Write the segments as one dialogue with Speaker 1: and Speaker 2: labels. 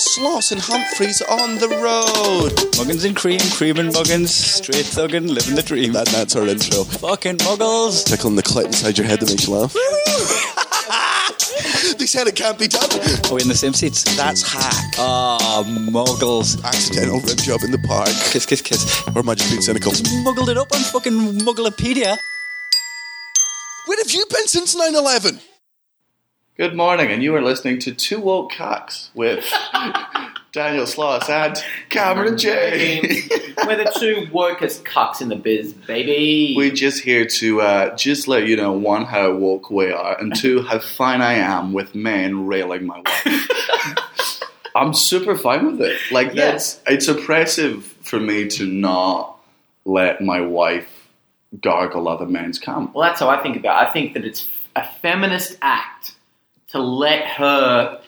Speaker 1: Sloss and Humphreys on the road.
Speaker 2: Muggins and cream, cream and muggins, straight thuggin', living the dream.
Speaker 1: That, that's our intro.
Speaker 2: Fucking muggles.
Speaker 1: Tickling the clit inside your head that makes you laugh. they said it can't be done.
Speaker 2: Are we Oh, in the same seats?
Speaker 1: That's hack.
Speaker 2: Ah, muggles.
Speaker 1: Accidental rib job in the park.
Speaker 2: Kiss, kiss, kiss.
Speaker 1: Or am I just being cynical?
Speaker 2: Muggled it up on fucking Mugglepedia.
Speaker 1: Where have you been since 9 11?
Speaker 3: Good morning, and you are listening to Two Woke Cocks with Daniel Sloss and Cameron J.
Speaker 4: We're the two wokest cucks in the biz, baby.
Speaker 3: We're just here to uh, just let you know one, how woke we are, and two, how fine I am with men railing my wife. I'm super fine with it. Like
Speaker 4: Yeah.
Speaker 3: that's it's oppressive for me to not let my wife gargle other men's cum.
Speaker 4: well, that's how I think about it. I think that it's a feminist act to let her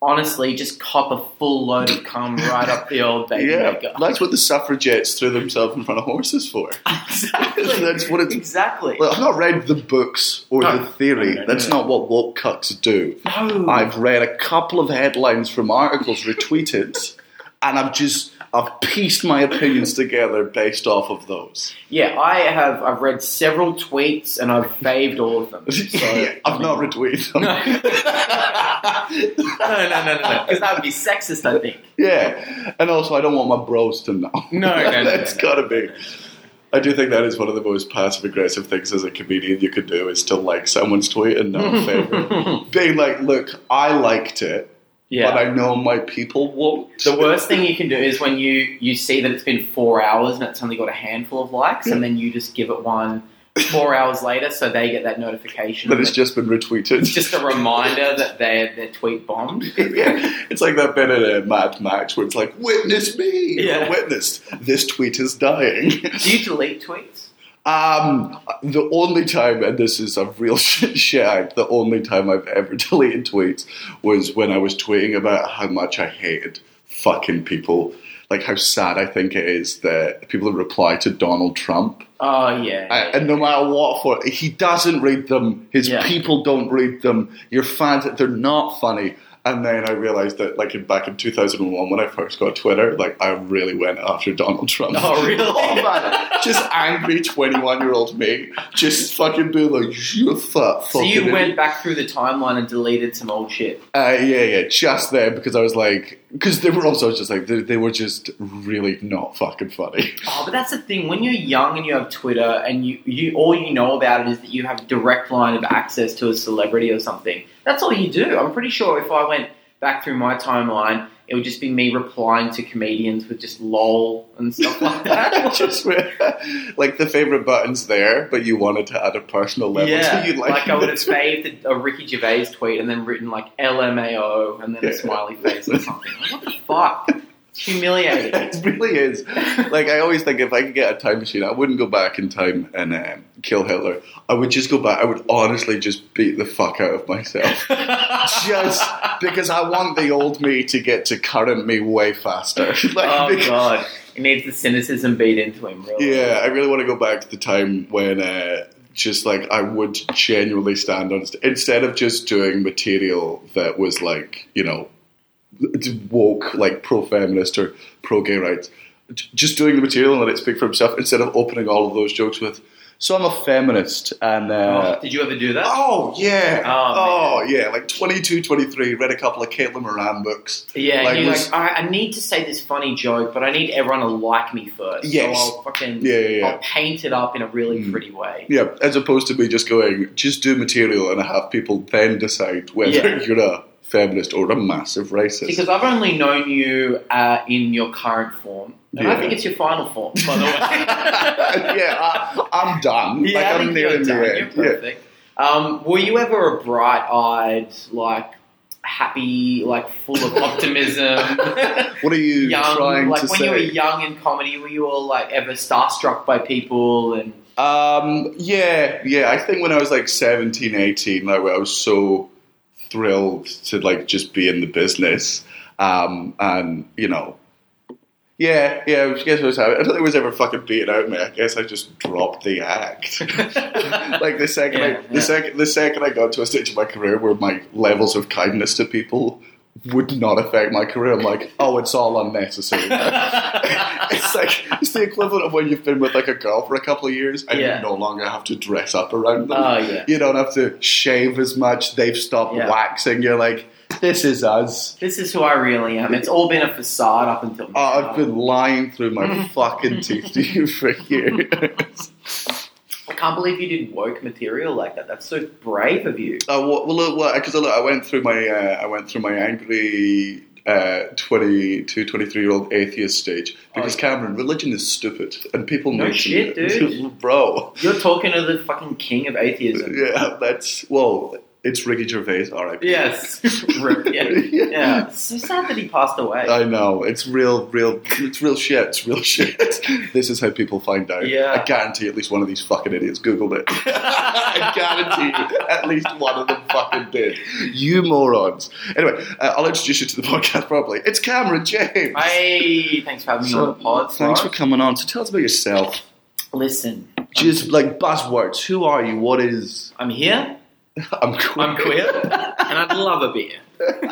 Speaker 4: honestly just cop a full load of cum right up the old baby
Speaker 3: Yeah,
Speaker 4: maker.
Speaker 3: that's what the suffragettes threw themselves in front of horses for.
Speaker 4: exactly.
Speaker 3: That's what it's
Speaker 4: Exactly.
Speaker 3: Well, I've not read the books or
Speaker 4: No.
Speaker 3: the theory.
Speaker 4: No, no,
Speaker 3: That's not what woke cucks do.
Speaker 4: No.
Speaker 3: I've read a couple of headlines from articles retweeted, and I've just I've pieced my opinions together based off of those.
Speaker 4: yeah, I have. I've read several tweets and I've faved all of them. So,
Speaker 3: Yeah, I've not retweeted them.
Speaker 4: no, no, no, no, because that would be sexist. I think.
Speaker 3: Yeah, and also I don't want my bros to know.
Speaker 4: No, no, no,
Speaker 3: that's
Speaker 4: no, no.
Speaker 3: gotta be. I do think that is one of the most passive aggressive things as a comedian you could do is to like someone's tweet and not favor. Being like, look, I liked it,
Speaker 4: Yeah.
Speaker 3: but I know my people won't.
Speaker 4: The worst thing you can do is when you you see that it's been four hours and it's only got a handful of likes, and then you just give it one four hours later, so they get that notification.
Speaker 3: that it's
Speaker 4: that
Speaker 3: just been retweeted.
Speaker 4: it's just a reminder that their their tweet bombed.
Speaker 3: yeah, it's like that bit in a Mad Max where it's like, "Witness me,
Speaker 4: Yeah.
Speaker 3: I witnessed this tweet is dying."
Speaker 4: Do you delete tweets?
Speaker 3: um, the only time, and this is a real shit, shit act, the only time I've ever deleted tweets was when I was tweeting about how much I hated fucking people, like how sad I think it is that people that reply to Donald Trump
Speaker 4: Oh yeah.
Speaker 3: I, and no matter what for he doesn't read them his
Speaker 4: Yeah.
Speaker 3: people don't read them your fans they're not funny and then I realized that like in, back in 2001 when I first got Twitter like I really went after Donald Trump
Speaker 4: Oh, really?
Speaker 3: oh man just angry 21 year old me just fucking being like you fat fucking
Speaker 4: so you
Speaker 3: idiot."
Speaker 4: went back through the timeline and deleted some old shit.
Speaker 3: Uh, yeah, yeah, just there because I was like, because they were also just like, they, they were just really not fucking funny.
Speaker 4: Oh, but that's the thing. When you're young and you have Twitter and you, you all you know about it is that you have direct line of access to a celebrity or something. That's all you do. I'm pretty sure if I went back through my timeline, it would just be me replying to comedians with just lol and stuff like that.
Speaker 3: just with, like the favorite buttons there, but you wanted to add a personal level.
Speaker 4: yeah,
Speaker 3: so you
Speaker 4: like,
Speaker 3: like,
Speaker 4: I would have saved a, a Ricky Gervais tweet and then written like LMAO and then
Speaker 3: Yeah.
Speaker 4: a smiley face or something. Like, what the fuck? It's humiliating.
Speaker 3: It really is. Like I always think, if I could get a time machine, I wouldn't go back in time and um, kill Hitler. I would just go back. I would honestly just beat the fuck out of myself, just because I want the old me to get to current me way faster. Like,
Speaker 4: Oh
Speaker 3: because-
Speaker 4: god, it needs the cynicism beat into him. Really.
Speaker 3: Yeah, I really want to go back to the time when uh, just like I would genuinely stand on st- instead of just doing material that was like you know woke, like pro feminist or pro gay rights, j- just doing the material and let it speak for itself instead of opening all of those jokes with. So I'm a feminist and. Uh,
Speaker 4: Oh, did you ever do that?
Speaker 3: Oh yeah!
Speaker 4: Oh,
Speaker 3: Oh, yeah! Like 22, 23, Read a couple of Caitlin Moran books.
Speaker 4: Yeah,
Speaker 3: Like,
Speaker 4: and you're
Speaker 3: was-
Speaker 4: like, all right, I need to say this funny joke, but I need everyone to like me first.
Speaker 3: Yes.
Speaker 4: So I'll fucking
Speaker 3: Yeah, yeah, yeah.
Speaker 4: I'll paint it up in a really
Speaker 3: Mm.
Speaker 4: pretty way.
Speaker 3: Yeah, as opposed to me just going, just do material and have people then decide whether
Speaker 4: Yeah.
Speaker 3: you're a feminist or a massive racist.
Speaker 4: Because I've only known you uh, in your current form, and I
Speaker 3: Yeah.
Speaker 4: think it's your final form, by the way.
Speaker 3: yeah, I, I'm done.
Speaker 4: Yeah,
Speaker 3: like,
Speaker 4: I
Speaker 3: I'm
Speaker 4: think
Speaker 3: nearing
Speaker 4: you're
Speaker 3: the
Speaker 4: done.
Speaker 3: end.
Speaker 4: You're
Speaker 3: Yeah.
Speaker 4: perfect. Um, were you ever a bright-eyed, like happy, like full of optimism?
Speaker 3: What are you
Speaker 4: young,
Speaker 3: trying
Speaker 4: like
Speaker 3: to
Speaker 4: when
Speaker 3: say?
Speaker 4: you were young in comedy, were you all like ever starstruck by people and?
Speaker 3: Um, yeah, yeah. I think when I was like 17, 18, like, I was so thrilled to like just be in the business. Um, and you know, yeah, yeah. I guess I was having. I don't think it was ever fucking beating out me. I guess I just dropped the act. like the second, I,
Speaker 4: Yeah,
Speaker 3: the
Speaker 4: yeah.
Speaker 3: second, the second I got to a stage in my career where my levels of kindness to people would not affect my career. I'm like, oh, it's all unnecessary. it's like it's the equivalent of when you've been with like a girl for a couple of years and
Speaker 4: Yeah.
Speaker 3: you no longer have to dress up around them.
Speaker 4: Oh, yeah.
Speaker 3: You don't have to shave as much. They've stopped
Speaker 4: Yeah.
Speaker 3: waxing. You're like, this is us.
Speaker 4: This is who I really am. It's all been a facade up until now.
Speaker 3: Oh, I've been lying through my fucking teeth to you for years.
Speaker 4: I can't believe you did woke material like that. That's so brave of you.
Speaker 3: Uh, well, look, well, because look, I went through my, uh, I went through my angry uh, 22, 23 year old atheist stage because
Speaker 4: Oh,
Speaker 3: Cameron, religion is stupid and people
Speaker 4: No
Speaker 3: need
Speaker 4: shit,
Speaker 3: to,
Speaker 4: dude.
Speaker 3: bro.
Speaker 4: You're talking to the fucking king of atheism.
Speaker 3: Yeah, that's well, it's Ricky Gervais, all right.
Speaker 4: Yes. Rip, yeah. yeah. It's so sad that he passed away.
Speaker 3: I know it's real, real, it's real shit. It's real shit. This is how people find out.
Speaker 4: Yeah.
Speaker 3: I guarantee at least one of these fucking idiots googled it. I guarantee you, at least one of them fucking did. You morons. Anyway, uh, I'll introduce you to the podcast properly. It's Cameron James.
Speaker 4: Hey, thanks for having me
Speaker 3: So,
Speaker 4: on the pod.
Speaker 3: Thanks for
Speaker 4: Sarge.
Speaker 3: coming on. So tell us about yourself.
Speaker 4: Listen,
Speaker 3: Just like buzzwords. Who are you? What is?
Speaker 4: I'm here.
Speaker 3: I'm cool.
Speaker 4: I'm queer, and I'd love a beer.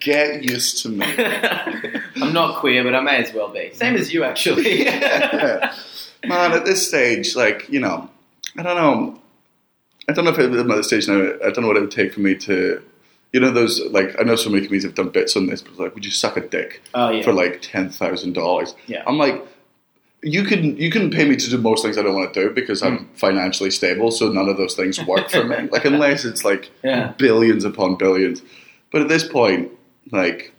Speaker 3: Get used to me.
Speaker 4: I'm not queer, but I may as well be. Same as you, actually.
Speaker 3: Man, at this stage, like, you know, I don't know. I don't know if I'm at this stage now. I don't know what it would take for me to, you know, those, like, I know so many comedians have done bits on this, but it's like, would you suck a dick
Speaker 4: Oh yeah.
Speaker 3: for like $10,000?
Speaker 4: Yeah.
Speaker 3: I'm like, you can you can pay me to do most things I don't want to do because I'm
Speaker 4: Hmm.
Speaker 3: financially stable, so none of those things work for me. Like unless it's like
Speaker 4: Yeah.
Speaker 3: billions upon billions. But at this point, like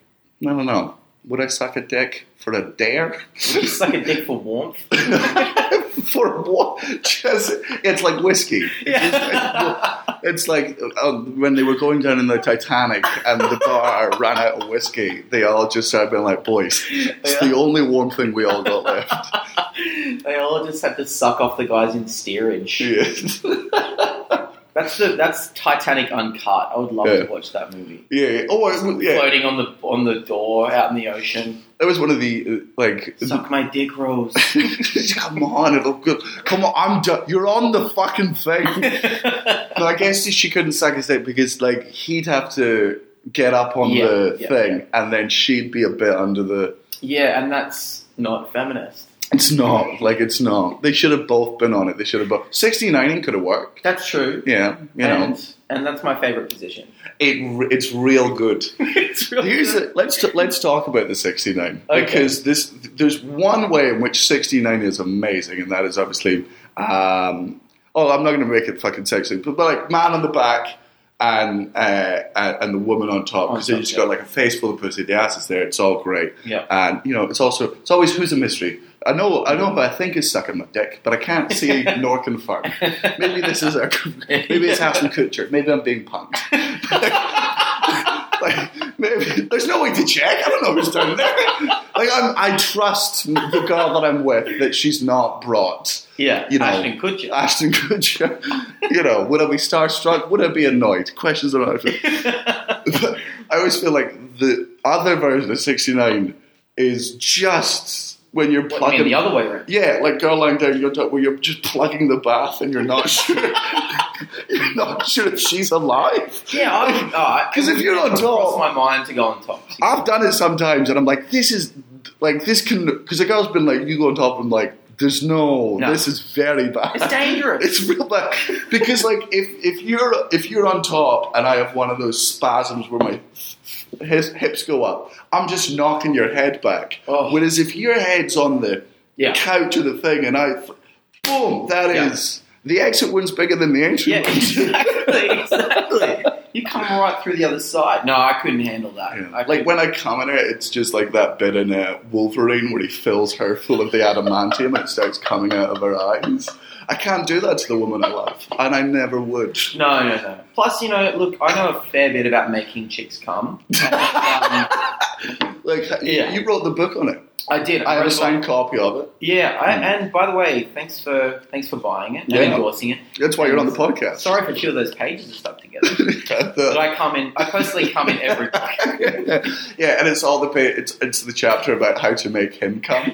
Speaker 3: I don't know, would I suck a dick for a dare?
Speaker 4: You suck a dick for warmth.
Speaker 3: for what? Just it's like whiskey. It's, like, it's like, uh, when they were going down in the Titanic and the bar ran out of whiskey. They all just started being like, "Boys, it's
Speaker 4: Yeah.
Speaker 3: the only warm thing we all got left."
Speaker 4: They all just had to suck off the guys in steerage.
Speaker 3: yeah.
Speaker 4: That's the that's Titanic uncut. I would love
Speaker 3: Yeah.
Speaker 4: to watch that movie.
Speaker 3: yeah. Oh, I- yeah.
Speaker 4: Floating on the on the door out in the ocean.
Speaker 3: That was one of the uh, like.
Speaker 4: Suck my dick, Rose.
Speaker 3: come on, it'll go. Come on, I'm done. You're on the fucking thing.
Speaker 4: yeah,
Speaker 3: No, I guess she couldn't suck his dick because like he'd have to get up on
Speaker 4: Yeah,
Speaker 3: the
Speaker 4: yeah,
Speaker 3: thing, and then she'd be a bit under the.
Speaker 4: and that's not feminist.
Speaker 3: It's not like it's not. They should have both been on it. They should have both. Sixty nining could have worked.
Speaker 4: That's true.
Speaker 3: Yeah, you know,
Speaker 4: And, and that's my favorite position.
Speaker 3: it re- it's real good.
Speaker 4: it's really
Speaker 3: Here's
Speaker 4: good.
Speaker 3: a, let's t- let's talk about the sixty nine
Speaker 4: Okay.
Speaker 3: because this there's one way in which sixty nine is amazing, and that is obviously. Um, oh, I'm not going to make it fucking sexy, but, but like man on the back and uh, and and the woman on top
Speaker 4: On
Speaker 3: because they
Speaker 4: top,
Speaker 3: just
Speaker 4: yeah.
Speaker 3: got like a face full of pussy. The ass is there. It's all great.
Speaker 4: Yeah.
Speaker 3: And you know, it's also it's always who's a mystery. I know, I know, but I think is sucking my dick, but I can't see nor confirm. Maybe this is a, maybe it's Ashton Kutcher. Maybe I'm being punked. like, maybe, there's no way to check. I don't know who's down there. Like, I'm, I trust the girl that I'm with that she's not brought.
Speaker 4: yeah,
Speaker 3: you know,
Speaker 4: Ashton Kutcher.
Speaker 3: Ashton Kutcher. You know, would I be starstruck? Would I be annoyed? Questions about it. But I always feel like the other version of 69 is just when you're
Speaker 4: What, you mean
Speaker 3: plugging.
Speaker 4: the other way around?
Speaker 3: yeah, like girl lying down your top where you're just plugging the bath and you're not sure. you're not sure if she's alive.
Speaker 4: Yeah, I
Speaker 3: 'Cause if you're on
Speaker 4: cross
Speaker 3: top-
Speaker 4: my mind to go on top.
Speaker 3: I've done it sometimes, and I'm like, this is like this can because the girl's been like, you go on top, and like, there's no,
Speaker 4: No.
Speaker 3: this is very bad.
Speaker 4: It's dangerous.
Speaker 3: It's real bad because like if if you're if you're on top and I have one of those spasms where my his hips go up, I'm just knocking your head back.
Speaker 4: Oh.
Speaker 3: Whereas if your head's on the
Speaker 4: Yeah.
Speaker 3: couch or the thing, and I boom, that is
Speaker 4: Yeah.
Speaker 3: the exit wind's bigger than the entry.
Speaker 4: Yeah,
Speaker 3: wound.
Speaker 4: exactly, exactly. You come right through the other side. No, I couldn't handle that.
Speaker 3: Yeah.
Speaker 4: I
Speaker 3: Like
Speaker 4: couldn't.
Speaker 3: when I come in it, it's just like that bit in uh, Wolverine where he fills her full of the adamantium and it starts coming out of her eyes. I can't do that to the woman I love, and I never would.
Speaker 4: no, no, no. Plus, you know, look, I know a fair bit about making chicks come. Um,
Speaker 3: Like
Speaker 4: Yeah.
Speaker 3: you wrote the book on it.
Speaker 4: I did.
Speaker 3: I have a
Speaker 4: wrote
Speaker 3: signed copy of it.
Speaker 4: Yeah, I, and by the way, thanks for thanks for buying it and
Speaker 3: Yeah.
Speaker 4: endorsing it.
Speaker 3: That's why you're on the podcast. uh,
Speaker 4: Sorry for two of those pages are stuck together, but I come in. I personally come in every time.
Speaker 3: yeah, and it's all the pa- it's it's the chapter about how to make him come.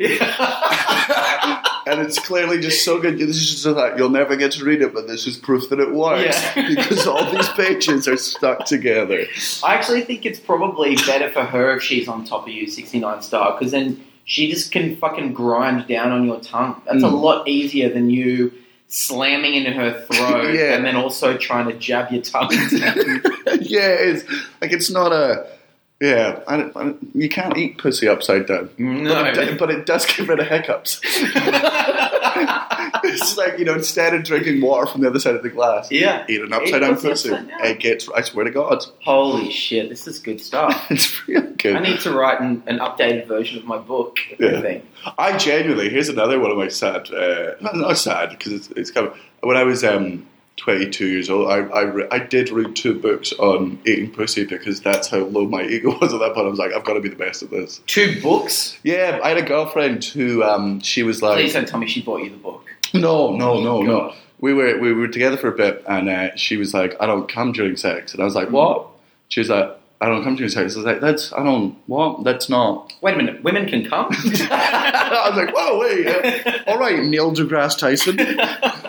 Speaker 3: and it's clearly just so good. This is just like you'll never get to read it, but this is proof that it works
Speaker 4: Yeah.
Speaker 3: because all these pages are stuck together.
Speaker 4: I actually think it's probably better for her if she's on top of you, 69 star, because then she just can fucking grind down on your tongue. That's a
Speaker 3: Mm.
Speaker 4: lot easier than you slamming into her throat
Speaker 3: Yeah.
Speaker 4: and then also trying to jab your tongue. down.
Speaker 3: yeah, it's like it's not a. Yeah, I don't, I don't- you can't eat pussy upside down.
Speaker 4: no.
Speaker 3: But, it, but it does get rid of hiccups. it's like you know, instead of drinking water from the other side of the glass,
Speaker 4: yeah.
Speaker 3: eat an upside down
Speaker 4: pussy
Speaker 3: pussy.
Speaker 4: upside down.
Speaker 3: It gets. I swear to God,
Speaker 4: Holy shit, this is good stuff.
Speaker 3: it's real good.
Speaker 4: I need to write an, an updated version of my book.
Speaker 3: Yeah.
Speaker 4: I think.
Speaker 3: I genuinely here's another one of my sad. Uh, not, not sad because it's, it's kind of when I was um, 22 years old, I I, re- I did read two books on eating pussy because that's how low my ego was at that point. I was like, I've got to be the best at this.
Speaker 4: Two books?
Speaker 3: Yeah, I had a girlfriend who um, she was like,
Speaker 4: Please don't tell me she bought you the book.
Speaker 3: no, no, no, no.
Speaker 4: God.
Speaker 3: We were we were together for a bit, and uh, she was like, I don't come during sex, and I was
Speaker 4: Hmm.
Speaker 3: like, what? She was like. I don't come during sex. I was like, that's, I don't, what? That's not.
Speaker 4: Wait a minute, women can come?
Speaker 3: I was like, whoa, wait. uh, all right, Neil deGrasse Tyson,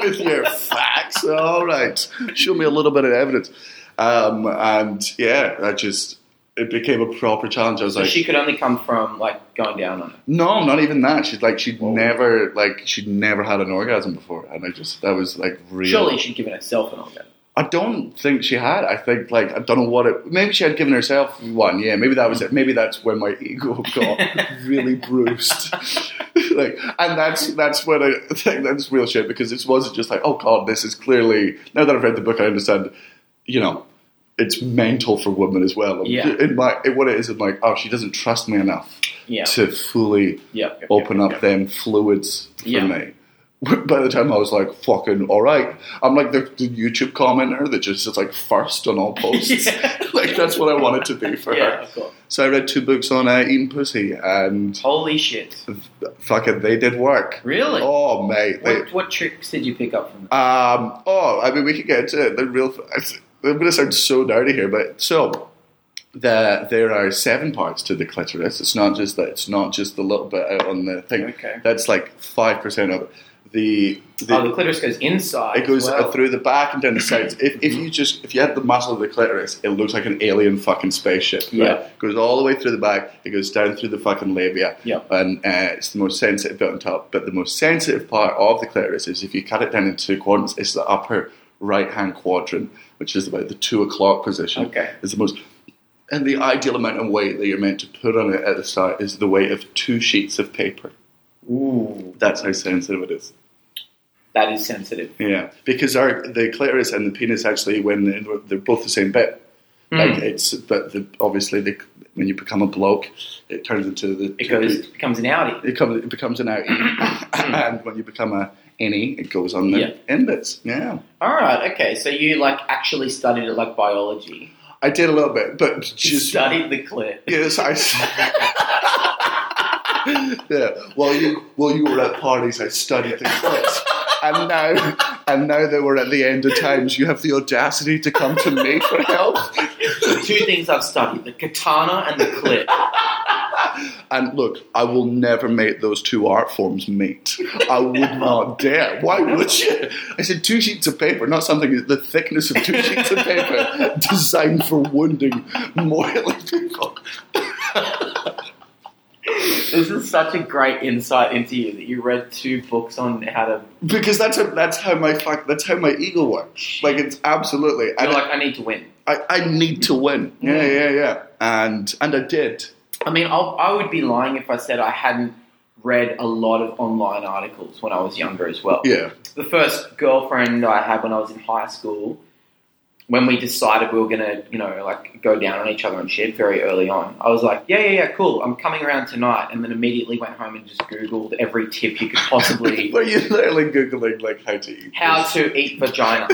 Speaker 3: with your facts. All right. Show me a little bit of evidence. Um, and yeah, I just, it became a proper challenge. I was
Speaker 4: So
Speaker 3: like,
Speaker 4: she could only come from like going down on it.
Speaker 3: No, not even that. She's like she'd never like she'd never had an orgasm before, and I just that was like real.
Speaker 4: Surely she'd given herself an orgasm.
Speaker 3: I don't think she had. I think like I don't know what it. Maybe she had given herself one. Yeah, maybe that was it. Maybe that's when my ego got really bruised. like, and that's that's when I think that's real shit because this wasn't just like oh god, this is clearly now that I've read the book, I understand. You know. It's mental for women as well.
Speaker 4: Yeah.
Speaker 3: In my, in what it is, I'm like, oh, she doesn't trust me enough
Speaker 4: Yeah.
Speaker 3: to fully
Speaker 4: Yep, yep,
Speaker 3: open
Speaker 4: yep,
Speaker 3: up
Speaker 4: yep.
Speaker 3: them fluids for
Speaker 4: Yeah.
Speaker 3: me. By the time I was like, fucking all right. I'm like the, the YouTube commenter that just is like first on all posts.
Speaker 4: Yeah.
Speaker 3: like that's what I wanted to be for
Speaker 4: Yeah,
Speaker 3: her.
Speaker 4: of course.
Speaker 3: So I read two books on uh, eating pussy and
Speaker 4: Holy shit.
Speaker 3: fucking they did work.
Speaker 4: Really?
Speaker 3: Oh mate. They,
Speaker 4: What, what tricks did you pick up from that?
Speaker 3: um, oh, I mean, we could get into it. The real. it's- I'm going to sound so dirty here, but so the there are seven parts to the clitoris. It's not just that. It's not just the little bit out on the thing.
Speaker 4: Okay.
Speaker 3: That's like five percent of it. The, the,
Speaker 4: oh, the clitoris goes inside.
Speaker 3: it goes
Speaker 4: as well.
Speaker 3: uh, through the back and down the sides. If, if you just if you had the muscle of the clitoris, it looks like an alien fucking spaceship. right?
Speaker 4: Yeah.
Speaker 3: goes all the way through the back. It goes down through the fucking labia.
Speaker 4: Yeah.
Speaker 3: and uh, it's the most sensitive bit on top. But the most sensitive part of the clitoris is if you cut it down into two quadrants, it's the upper right hand quadrant, which is about the two o'clock position.
Speaker 4: Okay.
Speaker 3: it's the most. And the ideal amount of weight that you're meant to put on it at the start is the weight of two sheets of paper.
Speaker 4: Ooh,
Speaker 3: That's how sensitive it is.
Speaker 4: that is sensitive.
Speaker 3: Yeah, because our the clitoris and the penis actually, when they're, they're both the same bit,
Speaker 4: Hmm.
Speaker 3: like it's but the, obviously the, when you become a bloke, it turns into the
Speaker 4: It goes it becomes an outie.
Speaker 3: it, comes, it becomes an outie, and when you become a any, it goes on the
Speaker 4: Yeah.
Speaker 3: end bits. Yeah,
Speaker 4: All right, okay. So you like actually studied it like biology.
Speaker 3: I did a little bit, but
Speaker 4: You
Speaker 3: just
Speaker 4: studied the clit.
Speaker 3: yes, I. yeah, while you while you were at parties, I studied the clits. And now, and now that we're at the end of times, you have the audacity to come to me for help.
Speaker 4: The two things I've studied: the katana and the clit.
Speaker 3: And look, I will never make those two art forms mate. I would not dare. Why would you? I said two sheets of paper, not something the thickness of two sheets of paper designed for wounding morally people.
Speaker 4: This is such a great insight into you that you read two books on how to.
Speaker 3: Because that's a, that's how my fuck that's how my ego works. Like it's absolutely.
Speaker 4: You're
Speaker 3: And
Speaker 4: like, I need to win.
Speaker 3: I, I need to win. Yeah, yeah, yeah. And and I did.
Speaker 4: I mean, I'll, I would be lying if I said I hadn't read a lot of online articles when I was younger as well.
Speaker 3: Yeah.
Speaker 4: The first girlfriend I had when I was in high school, when we decided we were gonna, you know, like go down on each other and shit very early on, I was like, yeah, yeah, yeah, cool, I'm coming around tonight, and then immediately went home and just googled every tip you could possibly.
Speaker 3: Were you literally googling like how to eat?
Speaker 4: How
Speaker 3: this?
Speaker 4: to eat vagina.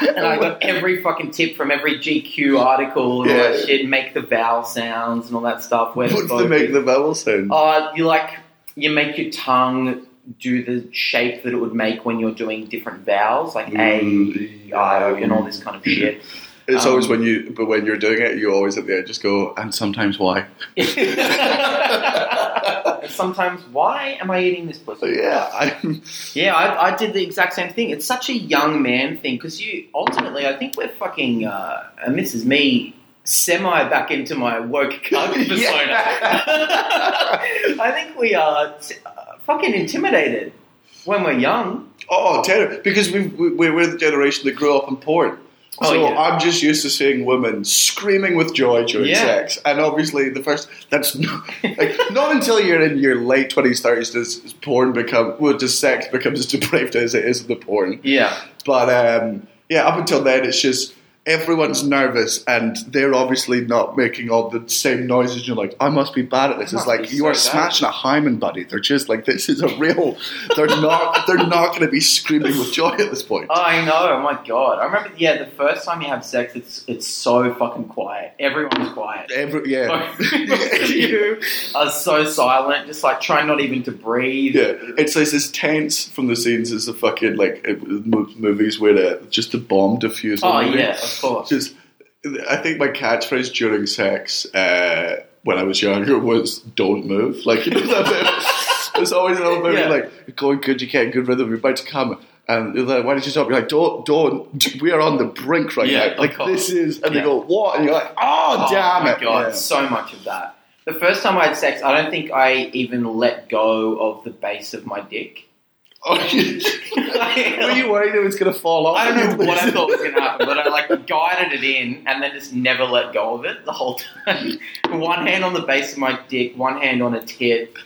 Speaker 4: and I got every fucking tip from every GQ article and all
Speaker 3: Yeah.
Speaker 4: that shit, make the vowel sounds and all that stuff. Where
Speaker 3: What's the
Speaker 4: focus-
Speaker 3: make the vowel sound?
Speaker 4: uh, you like you make your tongue do the shape that it would make when you're doing different vowels, like
Speaker 3: Mm.
Speaker 4: A, I, O, and all this kind of shit.
Speaker 3: It's
Speaker 4: Um,
Speaker 3: always when you, but when you're doing it, you always at the end just go, and sometimes why?
Speaker 4: yeah, And sometimes, why am I eating this pussy?
Speaker 3: yeah, I'm,
Speaker 4: Yeah, I, I did the exact same thing. It's such a young man thing because you ultimately, I think we're fucking, uh, and this is me semi back into my woke cunt persona. I think we are t- uh, fucking intimidated when we're young.
Speaker 3: oh, terrible. Because we, we, we're the generation that grew up in porn.
Speaker 4: Oh,
Speaker 3: so
Speaker 4: yeah.
Speaker 3: I'm just used to seeing women screaming with joy during
Speaker 4: Yeah.
Speaker 3: sex, and obviously the first that's not, like, not until you're in your late twenties, thirties does porn become well, does sex becomes as depraved as it is in the porn.
Speaker 4: Yeah.
Speaker 3: But um, yeah, up until then, it's just everyone's nervous and they're obviously not making all the same noises. You're like, I must be bad at this. It's
Speaker 4: Must
Speaker 3: like
Speaker 4: be
Speaker 3: you
Speaker 4: so
Speaker 3: are
Speaker 4: bad.
Speaker 3: smashing a hymen, buddy. They're just like this is a real. They're not. They're not going to be screaming with joy at this point.
Speaker 4: I know. Oh my god. I remember. Yeah, the first time you have sex, it's it's so fucking quiet. Everyone's quiet.
Speaker 3: Every, yeah.
Speaker 4: Most of you are so silent, just like trying not even to breathe.
Speaker 3: Yeah, it's like this tense from the scenes as the fucking like it- mo- movies where the, just the bomb diffuser.
Speaker 4: Oh
Speaker 3: movie.
Speaker 4: yeah, of course.
Speaker 3: Just, I think my catchphrase during sex uh, when I was younger was "Don't move." Like you know that bit. There's always an old movie
Speaker 4: Yeah.
Speaker 3: like going good, you get good rhythm, you're about to come. And they're like, why did you stop? You're like, don't, don't. We are on the brink right
Speaker 4: Yeah,
Speaker 3: now. Like
Speaker 4: of course.
Speaker 3: this is, and they
Speaker 4: Yeah.
Speaker 3: go, what? And you're like, oh, damn
Speaker 4: my
Speaker 3: it!
Speaker 4: God,
Speaker 3: Yeah.
Speaker 4: so much of that. The first time I had sex, I don't think I even let go of the base of my dick.
Speaker 3: Oh, Were you worried it was going to fall off?
Speaker 4: I don't know what I thought was going to happen, but I like guided it in and then just never let go of it the whole time. one hand on the base of my dick, one hand on a tit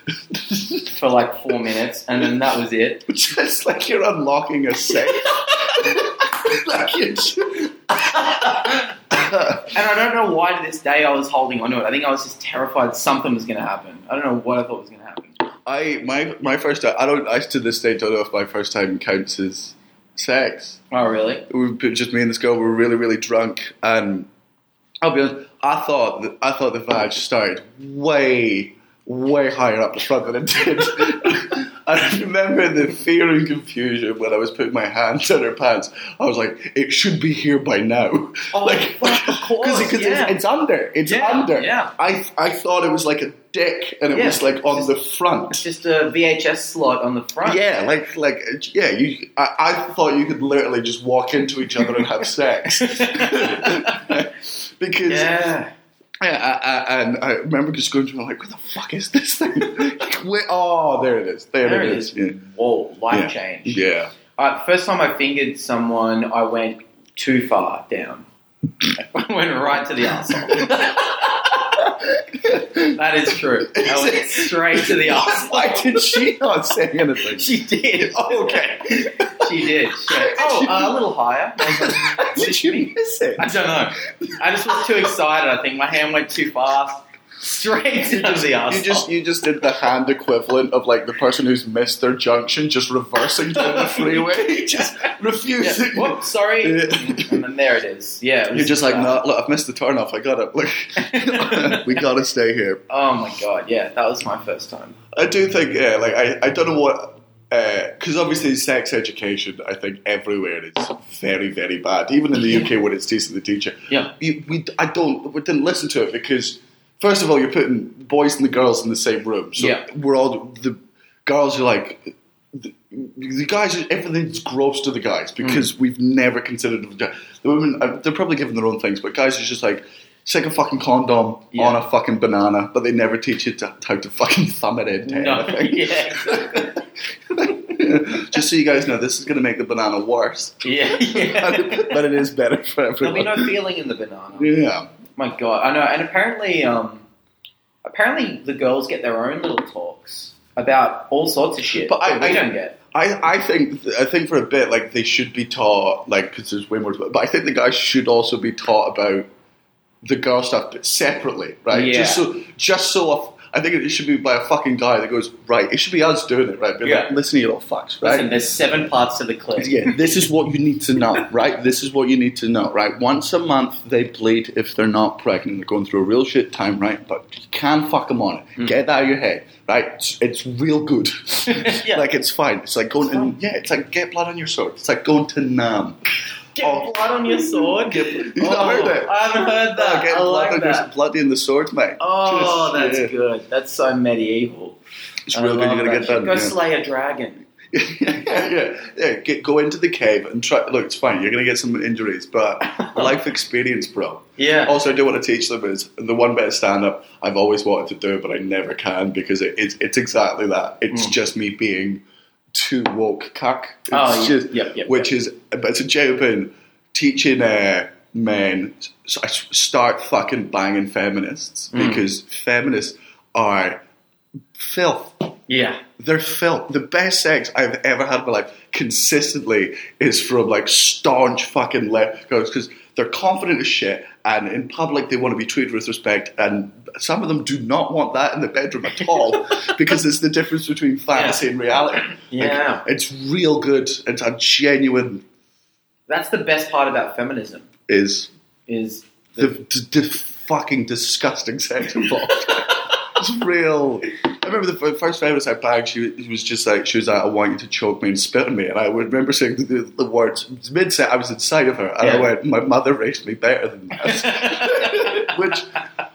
Speaker 4: for like four minutes, and then that was it.
Speaker 3: Just like you're unlocking a safe. like it's,
Speaker 4: And I don't know why to this day I was holding onto it. I think I was just terrified something was going to happen. I don't know what I thought was going to happen.
Speaker 3: I my my first time. I don't. I to this day don't know if my first time counts as sex.
Speaker 4: Oh, really?
Speaker 3: It was just me and this girl were really really drunk, and I'll be honest. I thought that, I thought the vag started way way higher up the front than it did. I remember the fear and confusion when I was putting my hands on her pants. I was like, "It should be here by now."
Speaker 4: Oh,
Speaker 3: like,
Speaker 4: well, of course,
Speaker 3: because
Speaker 4: yeah.
Speaker 3: it's, it's under, it's
Speaker 4: Yeah,
Speaker 3: under.
Speaker 4: yeah.
Speaker 3: I I thought it was like a dick, and it
Speaker 4: Yeah.
Speaker 3: was like on the
Speaker 4: It's
Speaker 3: front.
Speaker 4: just a VHS slot on the front.
Speaker 3: Yeah, like like yeah. You, I, I thought you could literally just walk into each other and have sex because
Speaker 4: Yeah.
Speaker 3: yeah, I, I, and I remember just going through like, where the fuck is this thing? Like, where, oh, there it is. There,
Speaker 4: There
Speaker 3: it
Speaker 4: it
Speaker 3: is.
Speaker 4: Whoa, life
Speaker 3: Yeah.
Speaker 4: change.
Speaker 3: Yeah. yeah.
Speaker 4: Uh, first time I fingered someone, I went too far down. I went right to the arsehole. that is true. I went straight to the arsehole.
Speaker 3: Why did she not say anything?
Speaker 4: She did.
Speaker 3: Oh, okay.
Speaker 4: She did. She went, oh, uh, a little higher. I was like, "What
Speaker 3: did
Speaker 4: does
Speaker 3: you
Speaker 4: she mean?"
Speaker 3: miss it?
Speaker 4: I don't know. I just was too excited. I think my hand went too fast. Straight to the arsehole.
Speaker 3: You just you just did the hand equivalent of like the person who's missed their junction just reversing down the freeway, just
Speaker 4: Yeah.
Speaker 3: refusing.
Speaker 4: Whoops, sorry.
Speaker 3: Yeah.
Speaker 4: and then there it is. Yeah. it was,
Speaker 3: You're just like,
Speaker 4: uh,
Speaker 3: no, look, I've missed the turn off. I got it. Look, we gotta stay here.
Speaker 4: Oh my god, yeah, that was my first time.
Speaker 3: I do think, yeah, like I, I don't know what, because obviously sex education, I think everywhere is very, very bad. Even in the UK, when it's decently teaching,
Speaker 4: Yeah.
Speaker 3: you, we, I don't, we didn't listen to it because first of all, you're putting boys and the girls in the same room, so
Speaker 4: Yeah.
Speaker 3: we're all the girls are like. The, the guys, everything's gross to the guys because
Speaker 4: Mm.
Speaker 3: we've never considered the the women. uh, They're probably given their own things, but guys are just like stick a fucking condom
Speaker 4: Yeah.
Speaker 3: on a fucking banana, but they never teach you to, how to fucking thumb it in. to
Speaker 4: No,
Speaker 3: anything.
Speaker 4: yeah, exactly.
Speaker 3: Just so you guys know, this is going to make the banana worse,
Speaker 4: yeah, yeah.
Speaker 3: but it is better for
Speaker 4: There'll be
Speaker 3: everyone.
Speaker 4: no feeling in the banana.
Speaker 3: yeah,
Speaker 4: My god, I know. And apparently, um, apparently the girls get their own little talks about all sorts of shit.
Speaker 3: But I-
Speaker 4: that we
Speaker 3: I-
Speaker 4: don't get.
Speaker 3: I, I think I think for a bit like they should be taught like because there's way more, to it, but I think the guys should also be taught about the girl stuff but separately, right?
Speaker 4: Yeah.
Speaker 3: Just so just so off. I think it should be by a fucking guy that goes right. It should be us doing it, right? Be
Speaker 4: Yeah.
Speaker 3: like, listen, you little fucks, right?
Speaker 4: Listen, there's seven parts to the clip.
Speaker 3: Yeah, this is what you need to know, right? This is what you need to know, right? Once a month they bleed if they're not pregnant. They're going through a real shit time, right? But you can't fuck them on it.
Speaker 4: Hmm.
Speaker 3: Get that out of your head, right? It's, it's real good.
Speaker 4: Yeah.
Speaker 3: Like it's fine. It's like going to yeah. It's like get blood on your sword. It's like going to Nam.
Speaker 4: Get
Speaker 3: Oh.
Speaker 4: blood on your sword.
Speaker 3: Get- You've not
Speaker 4: Oh,
Speaker 3: heard that?
Speaker 4: I haven't heard that.
Speaker 3: Get
Speaker 4: I
Speaker 3: blood
Speaker 4: like
Speaker 3: on your-
Speaker 4: that.
Speaker 3: blood in the sword, mate.
Speaker 4: Oh, that's
Speaker 3: Just- yeah.
Speaker 4: good. That's so medieval.
Speaker 3: It's
Speaker 4: I
Speaker 3: real
Speaker 4: love
Speaker 3: good. You're gonna
Speaker 4: that
Speaker 3: get that.
Speaker 4: shit. Go
Speaker 3: yeah.
Speaker 4: slay a dragon.
Speaker 3: yeah, yeah, yeah. Get, go into the cave and try. Look, it's fine. You're going to get some injuries, but life experience, bro.
Speaker 4: Yeah.
Speaker 3: Also, I do want to teach them is the one bit of stand up I've always wanted to do, but I never can because it, it's it's exactly that.
Speaker 4: Mm.
Speaker 3: It's just me being too woke cuck. It's
Speaker 4: Oh, yeah.
Speaker 3: just,
Speaker 4: Yep, yep,
Speaker 3: which is but it's a joke in teaching uh, men s- s- start fucking banging feminists
Speaker 4: Mm.
Speaker 3: because feminists are filth
Speaker 4: yeah.
Speaker 3: they're filth. The best sex I've ever had in my life consistently is from like staunch fucking left guys because they're confident as shit and in public they want to be treated with respect and some of them do not want that in the bedroom at all because it's the difference between fantasy and reality. Like,
Speaker 4: Yeah.
Speaker 3: it's real good. It's a genuine
Speaker 4: That's the best part about feminism
Speaker 3: is
Speaker 4: is
Speaker 3: the, the, the fucking disgusting sex involved. it's real. I remember the f- first feminist I bagged, she was- she was just like, she was like, I want you to choke me and spit on me. And I would remember saying the, the, the words, mid set, I was inside of her. And I
Speaker 4: Yeah.
Speaker 3: went, my mother raised me better than that. which,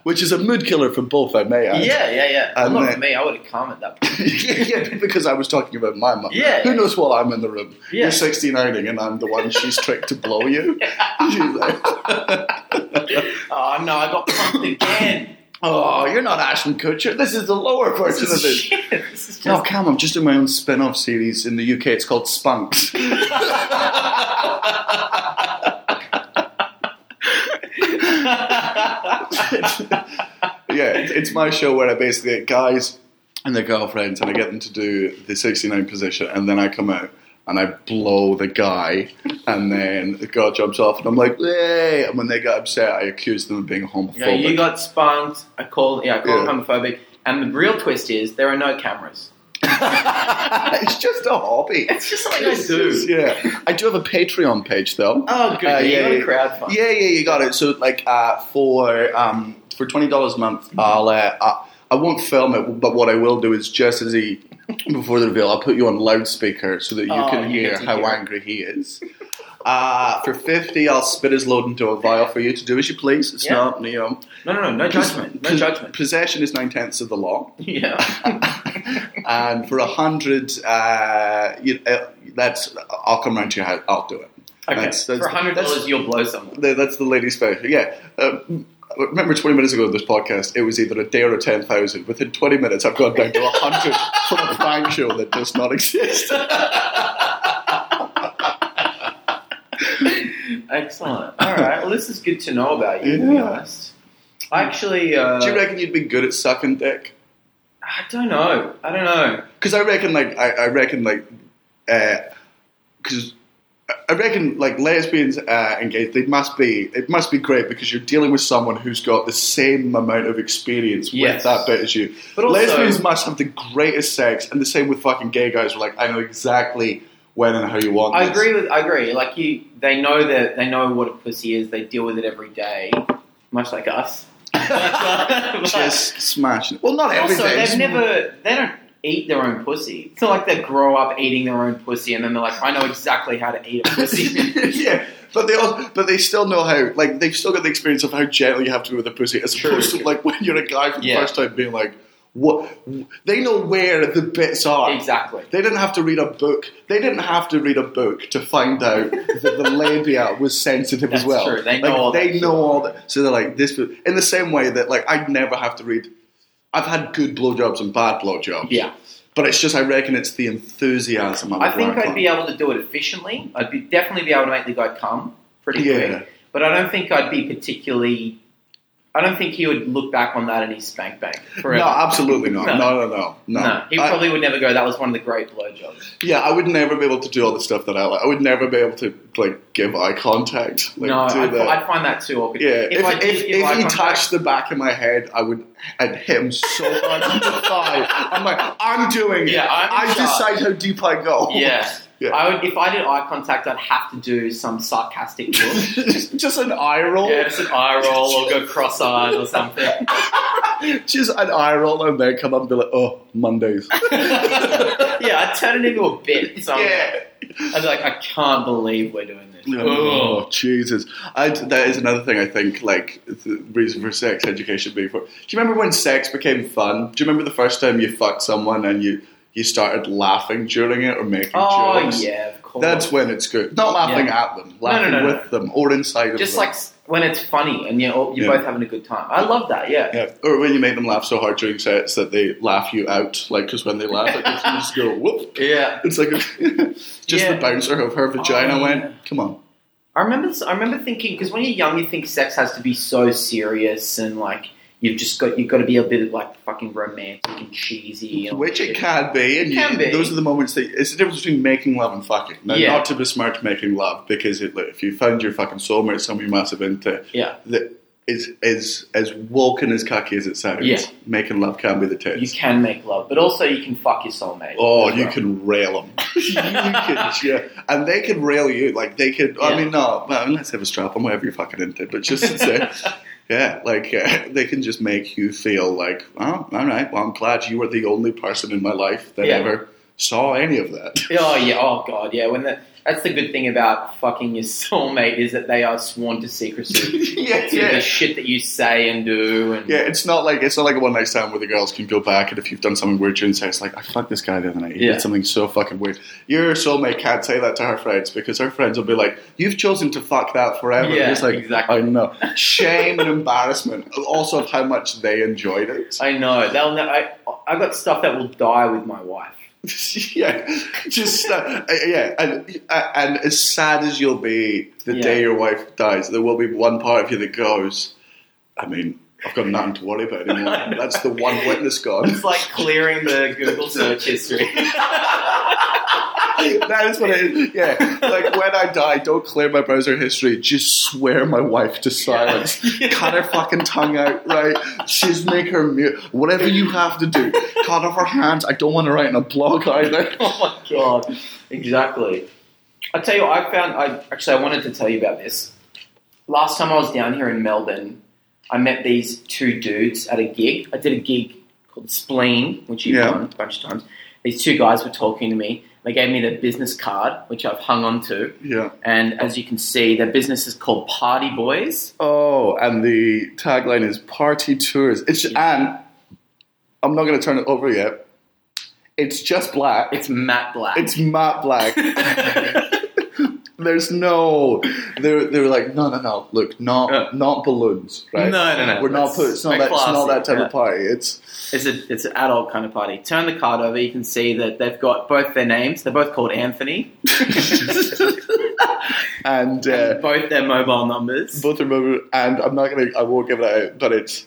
Speaker 3: which is a mood killer for both, I may add.
Speaker 4: yeah, yeah, yeah.
Speaker 3: and
Speaker 4: Not
Speaker 3: then-
Speaker 4: me. I would have come at that. point.
Speaker 3: yeah, because I was talking about my mum.
Speaker 4: Yeah.
Speaker 3: Who knows while I'm in the room?
Speaker 4: Yeah.
Speaker 3: You're 69ing and I'm the one she's tricked to blow you. She's like,
Speaker 4: Oh no, I got punked again.
Speaker 3: Oh, you're not Ashton Kutcher. This is the lower version
Speaker 4: this
Speaker 3: of
Speaker 4: is
Speaker 3: it.
Speaker 4: shit. This is just
Speaker 3: No, Cam, I'm just doing my own spin off series in the UK. It's called Spunks. yeah, it's, it's my show where I basically get guys and their girlfriends and I get them to do the 69 position and then I come out and I blow the guy and then the guy jumps off and I'm like, hey! And when they get upset, I accuse them of being homophobic.
Speaker 4: Yeah, you got spunked. I called. Yeah, I called
Speaker 3: Yeah.
Speaker 4: homophobic. And the real twist is there are no cameras.
Speaker 3: it's just a hobby.
Speaker 4: It's just something I
Speaker 3: It's
Speaker 4: do.
Speaker 3: just- yeah. I do have a Patreon page though.
Speaker 4: Oh, good.
Speaker 3: Uh,
Speaker 4: you
Speaker 3: yeah,
Speaker 4: got a
Speaker 3: yeah.
Speaker 4: crowd fund.
Speaker 3: Yeah, yeah, you got it. So like uh, for um, for twenty dollars a month,
Speaker 4: Mm-hmm.
Speaker 3: I'll uh, I, I won't film it, but what I will do is just as he before the reveal, I'll put you on loudspeaker so that you
Speaker 4: Oh,
Speaker 3: can
Speaker 4: you
Speaker 3: hear
Speaker 4: get to
Speaker 3: how
Speaker 4: hear.
Speaker 3: angry he is. Uh, for fifty, I'll spit his load into a vial for you to do as you please. It's
Speaker 4: Yeah.
Speaker 3: not, you know,
Speaker 4: No, no, no, no judgment. No
Speaker 3: pos-
Speaker 4: judgment.
Speaker 3: Possession is nine tenths of the law,
Speaker 4: Yeah.
Speaker 3: and for a hundred, uh, you, uh, that's I'll come round to your house. I'll do it.
Speaker 4: Okay.
Speaker 3: That's- that's-
Speaker 4: For hundred dollars, you'll blow someone.
Speaker 3: The- That's the ladies' special. Yeah. Uh, remember 20 minutes ago in this podcast, it was either a day or a 10,000. Within 20 minutes, I've gone down to 100 for a prank show that does not exist.
Speaker 4: Excellent. All right. Well, this is good to know about you. To be
Speaker 3: Yeah.
Speaker 4: honest, I actually. Uh,
Speaker 3: Do you reckon you'd be good at sucking dick?
Speaker 4: I don't know. I don't know.
Speaker 3: Because I reckon, like, I, I reckon, like, because I reckon, like, lesbians uh, engaged, they must be, it must be great because you're dealing with someone who's got the same amount of experience
Speaker 4: Yes.
Speaker 3: with that bit as you.
Speaker 4: But also-
Speaker 3: lesbians must have the greatest sex, and the same with fucking gay guys. Who are like, I know exactly when and how you want.
Speaker 4: I
Speaker 3: this.
Speaker 4: agree with. I agree. Like you, they know that they know what a pussy is. They deal with it every day, much like us.
Speaker 3: Just smashing. Well, not every
Speaker 4: also,
Speaker 3: day.
Speaker 4: they've
Speaker 3: Just-
Speaker 4: never. They don't eat their own pussy. It's not like they grow up eating their own pussy, and then they're like, I know exactly how to eat a pussy.
Speaker 3: yeah, but they all, but they still know how. Like they've still got the experience of how gentle you have to be with a pussy, as
Speaker 4: True.
Speaker 3: opposed to like when you're a guy for the
Speaker 4: Yeah.
Speaker 3: first time being like, what? They know where the bits are.
Speaker 4: exactly.
Speaker 3: They didn't have to read a book. They didn't have to read a book to find out that the labia was sensitive
Speaker 4: That's
Speaker 3: as well.
Speaker 4: true. They
Speaker 3: Like,
Speaker 4: know all
Speaker 3: they
Speaker 4: that.
Speaker 3: know all that. So they're like this. In the same way that like I'd never have to read. I've had good blowjobs and bad blowjobs.
Speaker 4: Yeah.
Speaker 3: But it's just I reckon it's the enthusiasm. I'm
Speaker 4: I think
Speaker 3: lacking.
Speaker 4: I'd be able to do it efficiently. I'd be definitely be able to make the guy come pretty
Speaker 3: Yeah.
Speaker 4: quick. But I don't think I'd be particularly. I don't think he would look back on that in his spank bank forever.
Speaker 3: No, absolutely not.
Speaker 4: No.
Speaker 3: No, no, no, no.
Speaker 4: No, he
Speaker 3: I-
Speaker 4: probably would never go. That was one of the great blowjobs.
Speaker 3: yeah, I would never be able to do all the stuff that I like. I would never be able to like give eye contact. Like,
Speaker 4: no,
Speaker 3: do
Speaker 4: I'd,
Speaker 3: that.
Speaker 4: I'd find that too awkward.
Speaker 3: Yeah,
Speaker 4: if,
Speaker 3: if,
Speaker 4: I
Speaker 3: if,
Speaker 4: did
Speaker 3: if,
Speaker 4: give eye
Speaker 3: he
Speaker 4: contact-
Speaker 3: touched the back of my head, I would I'd hit him so hard in the thigh. I'm like, I'm doing it.
Speaker 4: Yeah, I'm in
Speaker 3: I
Speaker 4: charge."
Speaker 3: decide how deep I go.
Speaker 4: yeah,
Speaker 3: Yeah.
Speaker 4: I would. If I did eye contact, I'd have to do some sarcastic look.
Speaker 3: just an eye roll.
Speaker 4: yeah, just an eye roll or go cross-eyed or something.
Speaker 3: Just an eye roll, and then come up and be like, "Oh, Mondays."
Speaker 4: yeah, I'd turn it into a bit. Somewhere.
Speaker 3: yeah,
Speaker 4: I was like, I can't believe we're doing this.
Speaker 3: Oh Jesus! I, that is another thing I think, like the reason for sex education being for. Do you remember when sex became fun? Do you remember the first time you fucked someone and you you started laughing during it or making
Speaker 4: Oh
Speaker 3: jokes?
Speaker 4: yeah, of course.
Speaker 3: That's when it's good. Not laughing
Speaker 4: Yeah.
Speaker 3: at them, laughing
Speaker 4: no, no.
Speaker 3: with them or inside of
Speaker 4: just
Speaker 3: them.
Speaker 4: like s- when it's funny and you're all, you're
Speaker 3: Yeah.
Speaker 4: both having a good time. I love that. Yeah.
Speaker 3: Yeah, or when you make them laugh so hard during sets that they laugh you out, like because when they laugh, it just, you just go whoop.
Speaker 4: Yeah.
Speaker 3: It's like a, just
Speaker 4: Yeah.
Speaker 3: the bouncer of her vagina
Speaker 4: Oh, yeah.
Speaker 3: went. Come on,
Speaker 4: I remember. I remember thinking because when you're young, you think sex has to be so serious and like you've just got you've got to be a bit of like fucking romantic and cheesy. And all
Speaker 3: which
Speaker 4: shit.
Speaker 3: it can be, and
Speaker 4: It can
Speaker 3: you-
Speaker 4: be.
Speaker 3: those are the moments that it's the difference between making love and fucking. Now,
Speaker 4: Yeah.
Speaker 3: not to besmirch making love because it, like, if you found your fucking soulmate, someone you're massive into,
Speaker 4: Yeah.
Speaker 3: that is is as woke and as cocky as it sounds.
Speaker 4: Yeah.
Speaker 3: making love can be the
Speaker 4: You
Speaker 3: tits.
Speaker 4: can make love, but also you can fuck your soulmate.
Speaker 3: Oh,
Speaker 4: as
Speaker 3: you
Speaker 4: well.
Speaker 3: can rail them. you can, yeah. And they can rail you. Like, they could, I
Speaker 4: Yeah.
Speaker 3: mean, no, well, let's have a strap on, whatever you're fucking into. But just to say, yeah, like, uh, they can just make you feel like, oh, all right, well, I'm glad you were the only person in my life that
Speaker 4: Yeah.
Speaker 3: ever saw any of that.
Speaker 4: Oh yeah. Oh god. Yeah. When the, that's the good thing about fucking your soulmate is that they are sworn to secrecy
Speaker 3: yeah,
Speaker 4: to the shit that you say and do. And
Speaker 3: Yeah, it's not like it's not like a one night stand where the girls can go back and if you've done something weird during sex, like I fucked this guy the other night. He
Speaker 4: Yeah.
Speaker 3: did something so fucking weird. Your soulmate can't say that to her friends because her friends will be like, "You've chosen to fuck that forever."
Speaker 4: Yeah,
Speaker 3: it's like
Speaker 4: exactly.
Speaker 3: I know shame and embarrassment. Also, of how much they enjoyed it.
Speaker 4: I know. They'll. know- I I got stuff that will die with my wife.
Speaker 3: yeah, just uh, yeah, and uh, and as sad as you'll be the
Speaker 4: Yeah.
Speaker 3: day your wife dies, there will be one part of you that goes, "I mean." I've got nothing to worry about anymore. That's the one witness gone.
Speaker 4: It's like clearing the Google search history.
Speaker 3: that is what it is. Yeah. Like when I die, don't clear my browser history. Just swear my wife to silence. Cut her fucking tongue out, right? Just make her mute. Whatever you have to do. Cut off her hands. I don't want to write in a blog either.
Speaker 4: oh my god! Exactly. I tell you, what, I found. I actually, I wanted to tell you about this. Last time I was down here in Melbourne, I met these two dudes at a gig. I did a gig called Spleen, which you've
Speaker 3: Yeah.
Speaker 4: done a bunch of times. These two guys were talking to me. They gave me their business card, which I've hung on to.
Speaker 3: Yeah.
Speaker 4: And as you can see, their business is called Party Boys.
Speaker 3: Oh, and the tagline is party tours. It's and I'm not going to turn it over yet. It's just black.
Speaker 4: It's Matt Black.
Speaker 3: It's matte black. There's no. They're they're like no no no. Look, not
Speaker 4: Yeah.
Speaker 3: not balloons, right?
Speaker 4: No, no, no.
Speaker 3: We're not.
Speaker 4: That's-
Speaker 3: Put, it's not
Speaker 4: we're
Speaker 3: that. It's not
Speaker 4: classy,
Speaker 3: that type
Speaker 4: yeah.
Speaker 3: of party. It's
Speaker 4: It's a it's an adult kind of party. Turn the card over, you can see that they've got both their names. They're both called Anthony.
Speaker 3: and uh,
Speaker 4: both their mobile numbers.
Speaker 3: both remember. And I'm not gonna. I won't give it out. But it's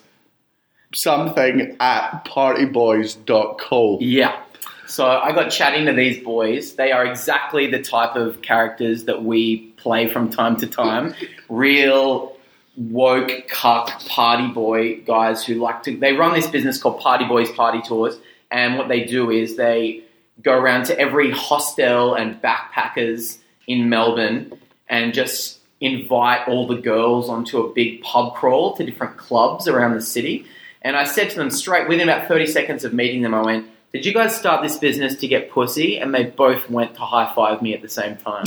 Speaker 3: something at partyboys.co.
Speaker 4: yeah. So I got chatting to these boys. They are exactly the type of characters that we play from time to time. Real woke cuck party boy guys who like to they run this business called Party Boys Party Tours and what they do is they go around to every hostel and backpackers in Melbourne and just invite all the girls onto a big pub crawl to different clubs around the city. And I said to them straight within about 30 seconds of meeting them, I went, Did you guys start this business to get pussy? And they both went to high five me at the same time.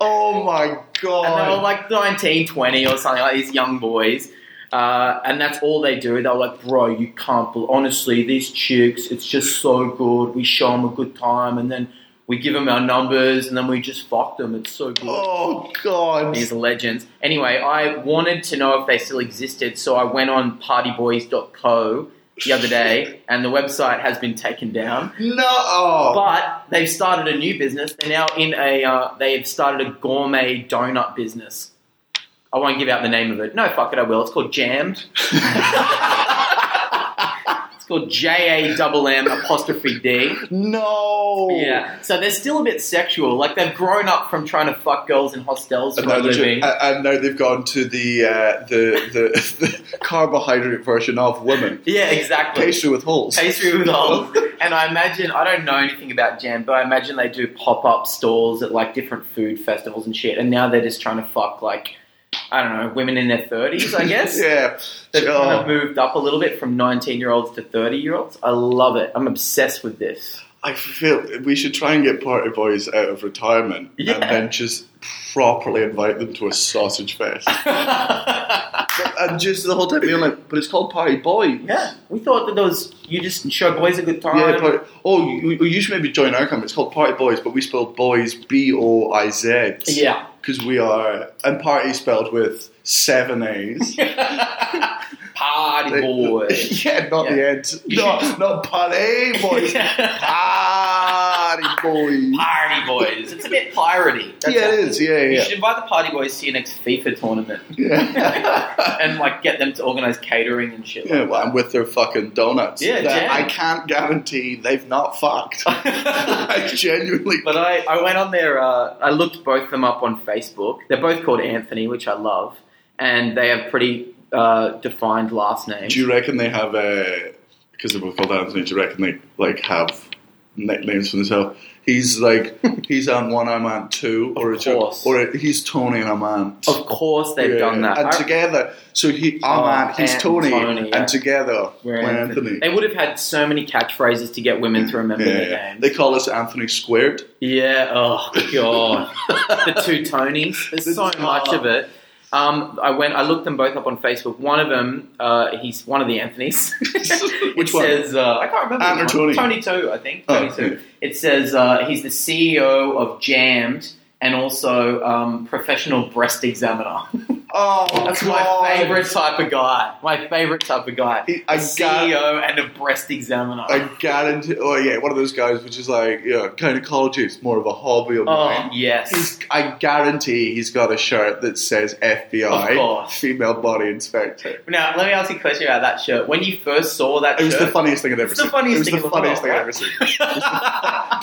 Speaker 3: Oh my
Speaker 4: And they were
Speaker 3: god!
Speaker 4: like 19, 20 or something, like these young boys. Uh, and that's all they do. They're like, bro, you can't. Bel- Honestly, these chicks, it's just so good. We show them a good time and then we give them our numbers and then we just fuck them. It's so good.
Speaker 3: Oh god!
Speaker 4: These legends. Anyway, I wanted to know if they still existed, so I went on partyboys.co the other day, and the website has been taken down.
Speaker 3: No. Oh.
Speaker 4: But they've started a new business. They're now in a. Uh, they've started a gourmet donut business. I won't give out the name of it. No, fuck it, I will. It's called Jammed. it's called J A double M apostrophe D.
Speaker 3: no.
Speaker 4: Yeah. So they're still a bit sexual. Like they've grown up from trying to fuck girls in hostels
Speaker 3: And
Speaker 4: for a
Speaker 3: now, they're
Speaker 4: living.
Speaker 3: ju- and now they've gone to the uh, the, the, the carbohydrate version of women.
Speaker 4: Yeah, exactly.
Speaker 3: Pastry with holes.
Speaker 4: Pastry with holes. and I imagine, I don't know anything about jam, but I imagine they do pop up stalls at like different food festivals and shit. And now they're just trying to fuck like, I don't know, women in their 30s, I guess.
Speaker 3: yeah.
Speaker 4: They've kind
Speaker 3: Oh,
Speaker 4: of moved up a little bit from 19 year olds to 30 year olds. I love it. I'm obsessed with this.
Speaker 3: I feel we should try and get party boys out of retirement
Speaker 4: Yeah.
Speaker 3: and then just properly invite them to a sausage fest. and just the whole time being like, but it's called Party Boy.
Speaker 4: yeah, we thought that those you just show boys a good time.
Speaker 3: Yeah, party, oh, you, you should maybe join our company. It's called Party Boys, but we spell boys B O I Z.
Speaker 4: Yeah.
Speaker 3: Because we are, and party spelled with seven A's.
Speaker 4: party boys.
Speaker 3: yeah, not the ends. Not, not party boys. party boys.
Speaker 4: Party boys. It's a bit piratey. That's
Speaker 3: yeah,
Speaker 4: all.
Speaker 3: it is. Yeah,
Speaker 4: You
Speaker 3: yeah.
Speaker 4: should invite the party boys to your next FIFA tournament
Speaker 3: Yeah.
Speaker 4: and like get them to organise catering and shit.
Speaker 3: yeah,
Speaker 4: Like
Speaker 3: well, and with their fucking donuts.
Speaker 4: Yeah,
Speaker 3: that
Speaker 4: jam.
Speaker 3: I can't guarantee they've not fucked.
Speaker 4: that.
Speaker 3: I genuinely.
Speaker 4: But I, I went on there, uh, I looked both of them up on Facebook. They're both called Anthony, which I love, and they have pretty uh, defined last names.
Speaker 3: Do you reckon they have a? Because they're both called Anthony. Do you reckon they like have nicknames for themselves? He's like he's Ant One, I'm Ant Two, or
Speaker 4: Of
Speaker 3: a jo-
Speaker 4: course.
Speaker 3: or a- he's Tony and I'm Ant.
Speaker 4: of course, they've
Speaker 3: Yeah,
Speaker 4: done that.
Speaker 3: And
Speaker 4: I-
Speaker 3: together, so he I'm
Speaker 4: Oh,
Speaker 3: Ant, he's
Speaker 4: Ant and
Speaker 3: Tony,
Speaker 4: Tony, yeah.
Speaker 3: and together
Speaker 4: We're
Speaker 3: we're Anthony.
Speaker 4: Anthony. They would have had so many catchphrases to get women to remember
Speaker 3: Yeah,
Speaker 4: their
Speaker 3: yeah.
Speaker 4: names.
Speaker 3: They call us Anthony Squared.
Speaker 4: Yeah. Oh god, the two Tonys. There's so much of it. Um, I went. I looked them both up on Facebook. One of them, uh, he's one of the Anthony's.
Speaker 3: Which
Speaker 4: it
Speaker 3: one?
Speaker 4: Says uh, I can't remember.
Speaker 3: Ant
Speaker 4: which
Speaker 3: or
Speaker 4: one.
Speaker 3: Tony?
Speaker 4: Tony two, I think.
Speaker 3: Oh,
Speaker 4: Tony two. It says uh, he's the CEO of Jammed and also um, professional breast examiner.
Speaker 3: Oh,
Speaker 4: That's my favorite type of guy. My favorite type of guy.
Speaker 3: He- I got-
Speaker 4: CEO and a breast examiner.
Speaker 3: I guarantee. Oh yeah, one of those guys which is like, yeah, gynecology is more of a hobby of mine.
Speaker 4: oh yes.
Speaker 3: He's, I guarantee he's got a shirt that says FBI,
Speaker 4: Of course.
Speaker 3: female body inspector.
Speaker 4: Now, let me ask you a question about that shirt. When you first saw that
Speaker 3: It was the
Speaker 4: shirt,
Speaker 3: funniest thing I'd ever
Speaker 4: It's the
Speaker 3: seen.
Speaker 4: funniest
Speaker 3: it was
Speaker 4: thing in
Speaker 3: the
Speaker 4: the
Speaker 3: funniest thing I'd ever
Speaker 4: world,
Speaker 3: seen.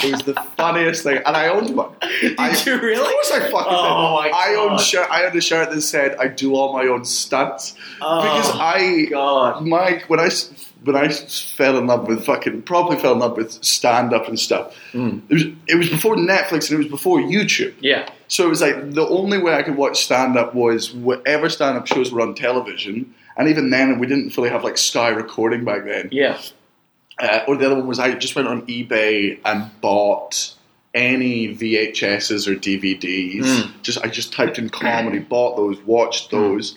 Speaker 3: It was the funniest thing, and I owned one.
Speaker 4: did
Speaker 3: I,
Speaker 4: you really?
Speaker 3: Of course, I fucking
Speaker 4: Oh
Speaker 3: did.
Speaker 4: my
Speaker 3: I owned
Speaker 4: God.
Speaker 3: shirt. I owned a shirt that said, "I do all my own stunts,"
Speaker 4: Oh,
Speaker 3: because I
Speaker 4: God.
Speaker 3: Mike, when I s- when I s- fell in love with fucking probably fell in love with stand up and stuff. It was it was before Netflix and it was before YouTube.
Speaker 4: Yeah.
Speaker 3: So it was like the only way I could watch stand up was whatever stand up shows were on television. And even then, we didn't fully have like Sky recording back then.
Speaker 4: Yeah.
Speaker 3: Uh, or the other one was I just went on eBay and bought any VHSs or DVDs. Just I just typed in comedy, bought those, watched those.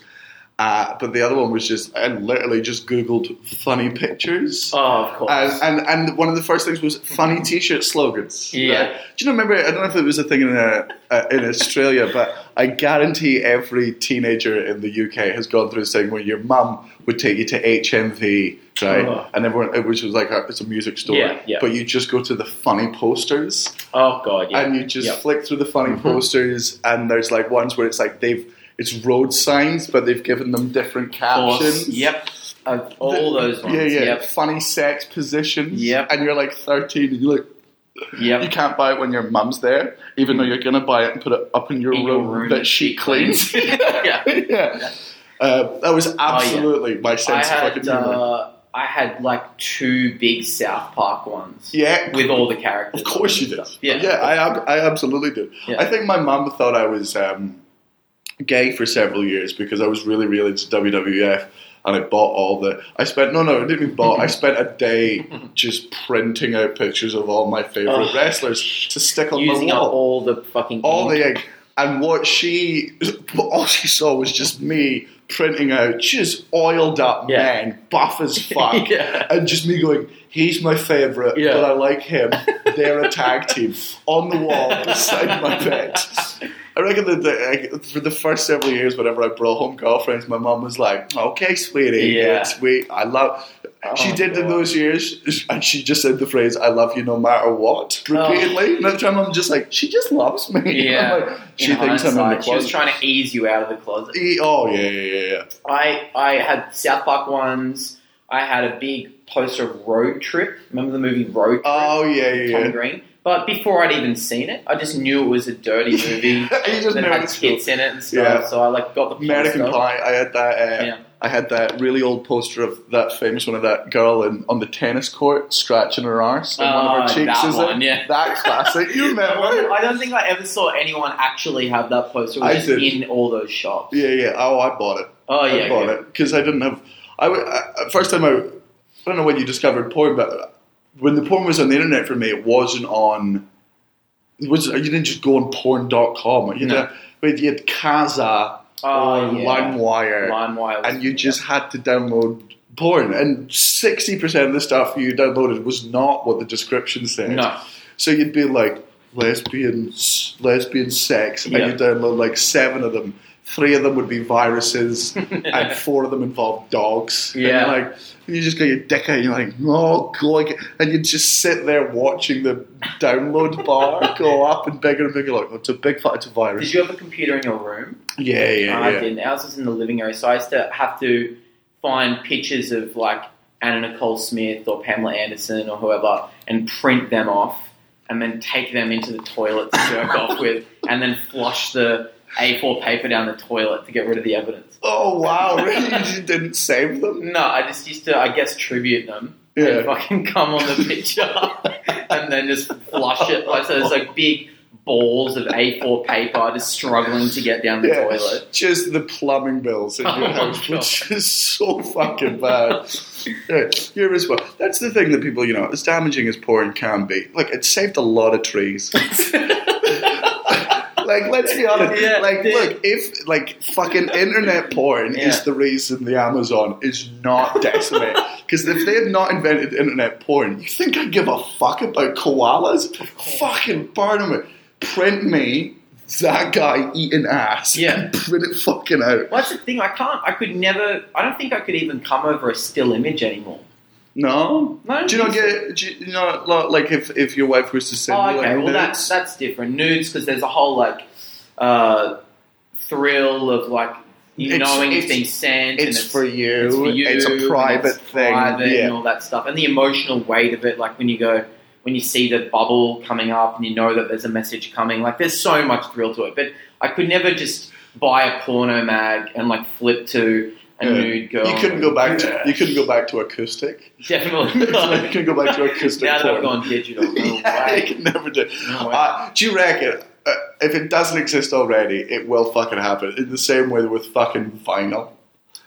Speaker 3: Uh, but the other one was just I literally just googled funny pictures.
Speaker 4: Oh, of course.
Speaker 3: And, and and one of the first things was funny T-shirt slogans.
Speaker 4: Mm-hmm. Yeah.
Speaker 3: Right? Do you know? Remember, I don't know if it was a thing in uh uh, in Australia, but I guarantee every teenager in the UK has gone through this thing where your mum would take you to HMV, right?
Speaker 4: Oh.
Speaker 3: And everyone, it was like a, it's a music store,
Speaker 4: Yeah, yeah.
Speaker 3: but you just go to the funny posters
Speaker 4: oh, God. Yeah.
Speaker 3: and you just
Speaker 4: Yeah. Mm-hmm.
Speaker 3: flick through the funny posters, and there's like ones where it's like they've. It's road signs, but they've given them different
Speaker 4: Of
Speaker 3: captions.
Speaker 4: course. Yep. Of all
Speaker 3: The-
Speaker 4: those ones.
Speaker 3: Yeah, yeah.
Speaker 4: Yep.
Speaker 3: Funny sex positions.
Speaker 4: Yep.
Speaker 3: And you're like 13 and you're like, you
Speaker 4: Yep. Mm.
Speaker 3: can't buy it when your mum's there, even though you're going to buy it and put it up in your,
Speaker 4: In your
Speaker 3: room,
Speaker 4: room
Speaker 3: that she cleans.
Speaker 4: yeah.
Speaker 3: yeah. Uh, that was absolutely
Speaker 4: Oh,
Speaker 3: my
Speaker 4: I
Speaker 3: sense of
Speaker 4: had,
Speaker 3: fucking humor.
Speaker 4: uh, I had like two big South Park ones
Speaker 3: yeah.
Speaker 4: with all the characters.
Speaker 3: Of course you
Speaker 4: and
Speaker 3: did.
Speaker 4: stuff.
Speaker 3: Yeah,
Speaker 4: Yeah.
Speaker 3: I, ab- I absolutely did.
Speaker 4: Yeah.
Speaker 3: I think my mum thought I was um, gay for several years because I was really, really into WWF. And I bought all the. I spent no, no, I didn't even bought. I spent a day just printing out pictures of all my favorite
Speaker 4: Oh.
Speaker 3: wrestlers to stick on
Speaker 4: Using
Speaker 3: the
Speaker 4: up
Speaker 3: wall.
Speaker 4: all the fucking.
Speaker 3: all
Speaker 4: ink.
Speaker 3: the egg. And what she, all she saw was just me printing out just oiled up
Speaker 4: Yeah.
Speaker 3: men, buff as fuck,
Speaker 4: Yeah.
Speaker 3: and just me going, "He's my favorite,
Speaker 4: Yeah.
Speaker 3: but I like him." They're a tag team on the wall beside my bed. I reckon that the, like, for the first several years, whenever I brought home girlfriends, my mum was like, "Okay, sweetie,
Speaker 4: Yeah.
Speaker 3: yeah, sweet, I love." she
Speaker 4: Oh,
Speaker 3: did in
Speaker 4: God.
Speaker 3: those years, and she just said the phrase "I love you no matter what"
Speaker 4: Oh.
Speaker 3: repeatedly. And every time I'm just like, she just loves me.
Speaker 4: Yeah.
Speaker 3: I'm like, she
Speaker 4: In
Speaker 3: thinks I'm in the
Speaker 4: hindsight, She was
Speaker 3: closet.
Speaker 4: trying to ease you out of the closet.
Speaker 3: E- oh yeah, yeah, yeah, yeah.
Speaker 4: I I had South Park ones. I had a big poster of Road Trip. Remember the movie Road Trip?
Speaker 3: Oh yeah, yeah.
Speaker 4: Tom
Speaker 3: yeah.
Speaker 4: Green. But before I'd even seen it, I just knew it was a dirty movie
Speaker 3: You just
Speaker 4: that
Speaker 3: know
Speaker 4: had
Speaker 3: it's cool.
Speaker 4: kids in it and stuff.
Speaker 3: Yeah.
Speaker 4: So I like got the
Speaker 3: American
Speaker 4: poster.
Speaker 3: Pie. I had that. Uh,
Speaker 4: Yeah.
Speaker 3: I had that really old poster of that famous one of that girl in, on the tennis court scratching her arse and one of her
Speaker 4: Oh,
Speaker 3: cheeks
Speaker 4: that
Speaker 3: is
Speaker 4: one,
Speaker 3: it?
Speaker 4: yeah.
Speaker 3: That classic. You
Speaker 4: I wonder-
Speaker 3: remember?
Speaker 4: I don't think I ever saw anyone actually have that poster. It was
Speaker 3: I
Speaker 4: just
Speaker 3: did.
Speaker 4: in all those shops.
Speaker 3: yeah, yeah. Oh, I bought it.
Speaker 4: Oh yeah,
Speaker 3: I bought
Speaker 4: yeah.
Speaker 3: it because I didn't have. I, w- I- first time I, I don't know when you discovered porn, but when the porn was on the internet for me, it wasn't on. It was you didn't just go on porn.com. You,
Speaker 4: No.
Speaker 3: had, but you had Kaza
Speaker 4: Oh,
Speaker 3: or
Speaker 4: yeah.
Speaker 3: LimeWire,
Speaker 4: LimeWire was-
Speaker 3: and you just had to download porn. And sixty percent of the stuff you downloaded was not what the description said.
Speaker 4: No.
Speaker 3: So you'd be like lesbian, lesbian sex, and
Speaker 4: Yeah.
Speaker 3: you download like seven of them. Three of them would be viruses, and four of them involved dogs. And
Speaker 4: Yeah.
Speaker 3: you're like you just got your dick out. And you're like, oh god, and you just sit there watching the download bar go up and bigger and bigger. Like, oh, it's a big fight, it's a
Speaker 4: Did
Speaker 3: virus.
Speaker 4: you have a computer in your room?
Speaker 3: Yeah, yeah,
Speaker 4: I
Speaker 3: yeah.
Speaker 4: didn't. Ours was in the living area, so I used to have to find pictures of like Anna Nicole Smith or Pamela Anderson or whoever, and print them off, and then take them into the toilet to jerk off with, and then flush the A4 paper down the toilet to get rid of the evidence.
Speaker 3: Oh wow, really? You just didn't save them?
Speaker 4: No, I just used to, I guess, tribute them.
Speaker 3: Yeah.
Speaker 4: And fucking come on the picture and then just flush it. Like, so there's like big balls of A4 paper just struggling to get down the
Speaker 3: Yeah,
Speaker 4: toilet.
Speaker 3: just the plumbing bills in
Speaker 4: Oh
Speaker 3: your
Speaker 4: my
Speaker 3: house,
Speaker 4: God.
Speaker 3: which is so fucking bad. yeah, you're as well. That's the thing that people, you know, as damaging as porn can be. Like, it saved a lot of trees. Like, let's be honest.
Speaker 4: Yeah,
Speaker 3: like,
Speaker 4: dude.
Speaker 3: look, if like fucking internet porn
Speaker 4: Yeah.
Speaker 3: is the reason the Amazon is not decimated, because if they had not invented internet porn, you think I'd give a fuck about koalas? Fucking burn 'em. Print me that guy eating ass.
Speaker 4: Yeah.
Speaker 3: and print it fucking out.
Speaker 4: Well, that's the thing. I can't. I could never. I don't think I could even come over a still image anymore.
Speaker 3: No.
Speaker 4: No, I don't
Speaker 3: Do you not
Speaker 4: think so.
Speaker 3: get? Do you not like- like if if your wife was to send
Speaker 4: Oh,
Speaker 3: you
Speaker 4: okay.
Speaker 3: like
Speaker 4: Well, that's
Speaker 3: nudes?
Speaker 4: that's different. Nudes because there's a whole like uh, thrill of like you
Speaker 3: It's-
Speaker 4: knowing it's,
Speaker 3: it's-
Speaker 4: being sent. and
Speaker 3: it's for you.
Speaker 4: It's for you.
Speaker 3: It's
Speaker 4: and
Speaker 3: a private
Speaker 4: it's
Speaker 3: thing.
Speaker 4: private
Speaker 3: yeah.
Speaker 4: and all that stuff, and the emotional weight of it. Like when you go, when you see the bubble coming up, and you know that there's a message coming. Like there's so much thrill to it. But I could never just buy a porno mag and like flip to a
Speaker 3: Yeah.
Speaker 4: nude girl.
Speaker 3: You couldn't go back to
Speaker 4: Yeah.
Speaker 3: you couldn't go back to acoustic.
Speaker 4: Definitely not.
Speaker 3: You can go back to acoustic
Speaker 4: Now that
Speaker 3: porn.
Speaker 4: I've gone digital, no
Speaker 3: yeah, you
Speaker 4: way.
Speaker 3: can never do.
Speaker 4: No way.
Speaker 3: Uh, do you reckon uh, if it doesn't exist already, it will fucking happen in the same way with fucking vinyl?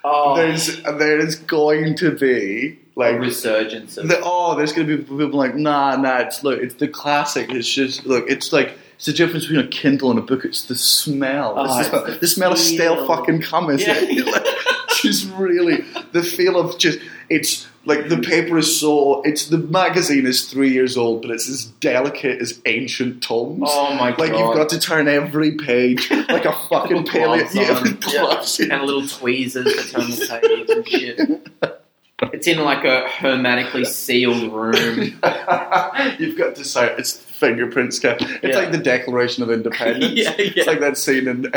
Speaker 4: oh,
Speaker 3: There's there is going to be
Speaker 4: a
Speaker 3: like
Speaker 4: resurgence of
Speaker 3: the, oh, there's going to be people like nah, nah. It's look, it's the classic. It's just look, it's like. It's the difference between a Kindle and a book. It's the smell.
Speaker 4: Oh,
Speaker 3: It's the,
Speaker 4: it's the
Speaker 3: the smell of stale
Speaker 4: feel.
Speaker 3: fucking cum. Is
Speaker 4: Yeah.
Speaker 3: it? Like, just really the feel of just it's like the paper is so. It's the magazine is three years old, but it's as delicate as ancient tomes.
Speaker 4: Oh my God.
Speaker 3: Like you've got to turn every page like a fucking paleo.
Speaker 4: gloves
Speaker 3: Yeah,
Speaker 4: on.
Speaker 3: with
Speaker 4: Yeah.
Speaker 3: gloves.
Speaker 4: and little tweezers to turn the page and shit. It's in like a hermetically sealed room.
Speaker 3: You've got to say it's fingerprint scan. It's
Speaker 4: Yeah.
Speaker 3: like the Declaration of Independence.
Speaker 4: Yeah, yeah.
Speaker 3: It's like that scene in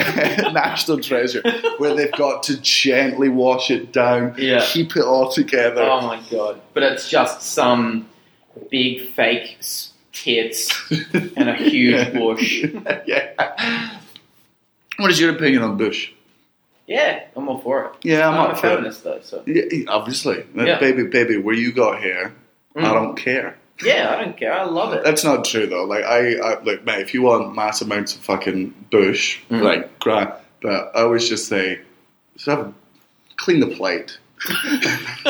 Speaker 3: National Treasure where they've got to gently wash it down,
Speaker 4: Yeah.
Speaker 3: keep it all together.
Speaker 4: Oh my god! But it's just some big fake s- tits and a huge bush.
Speaker 3: yeah. What is your opinion on Bush?
Speaker 4: Yeah, I'm all for it.
Speaker 3: Yeah, I'm,
Speaker 4: I'm
Speaker 3: up
Speaker 4: a
Speaker 3: for it.
Speaker 4: feminist though, so
Speaker 3: Yeah, yeah, obviously, That
Speaker 4: Yeah.
Speaker 3: baby, baby, where you got hair, I
Speaker 4: Mm.
Speaker 3: don't care.
Speaker 4: yeah, I don't care. I love it.
Speaker 3: That's not true though. Like I, I look, mate, if you want mass amounts of fucking bush,
Speaker 4: Mm.
Speaker 3: like gra but I always just say, just have clean the plate.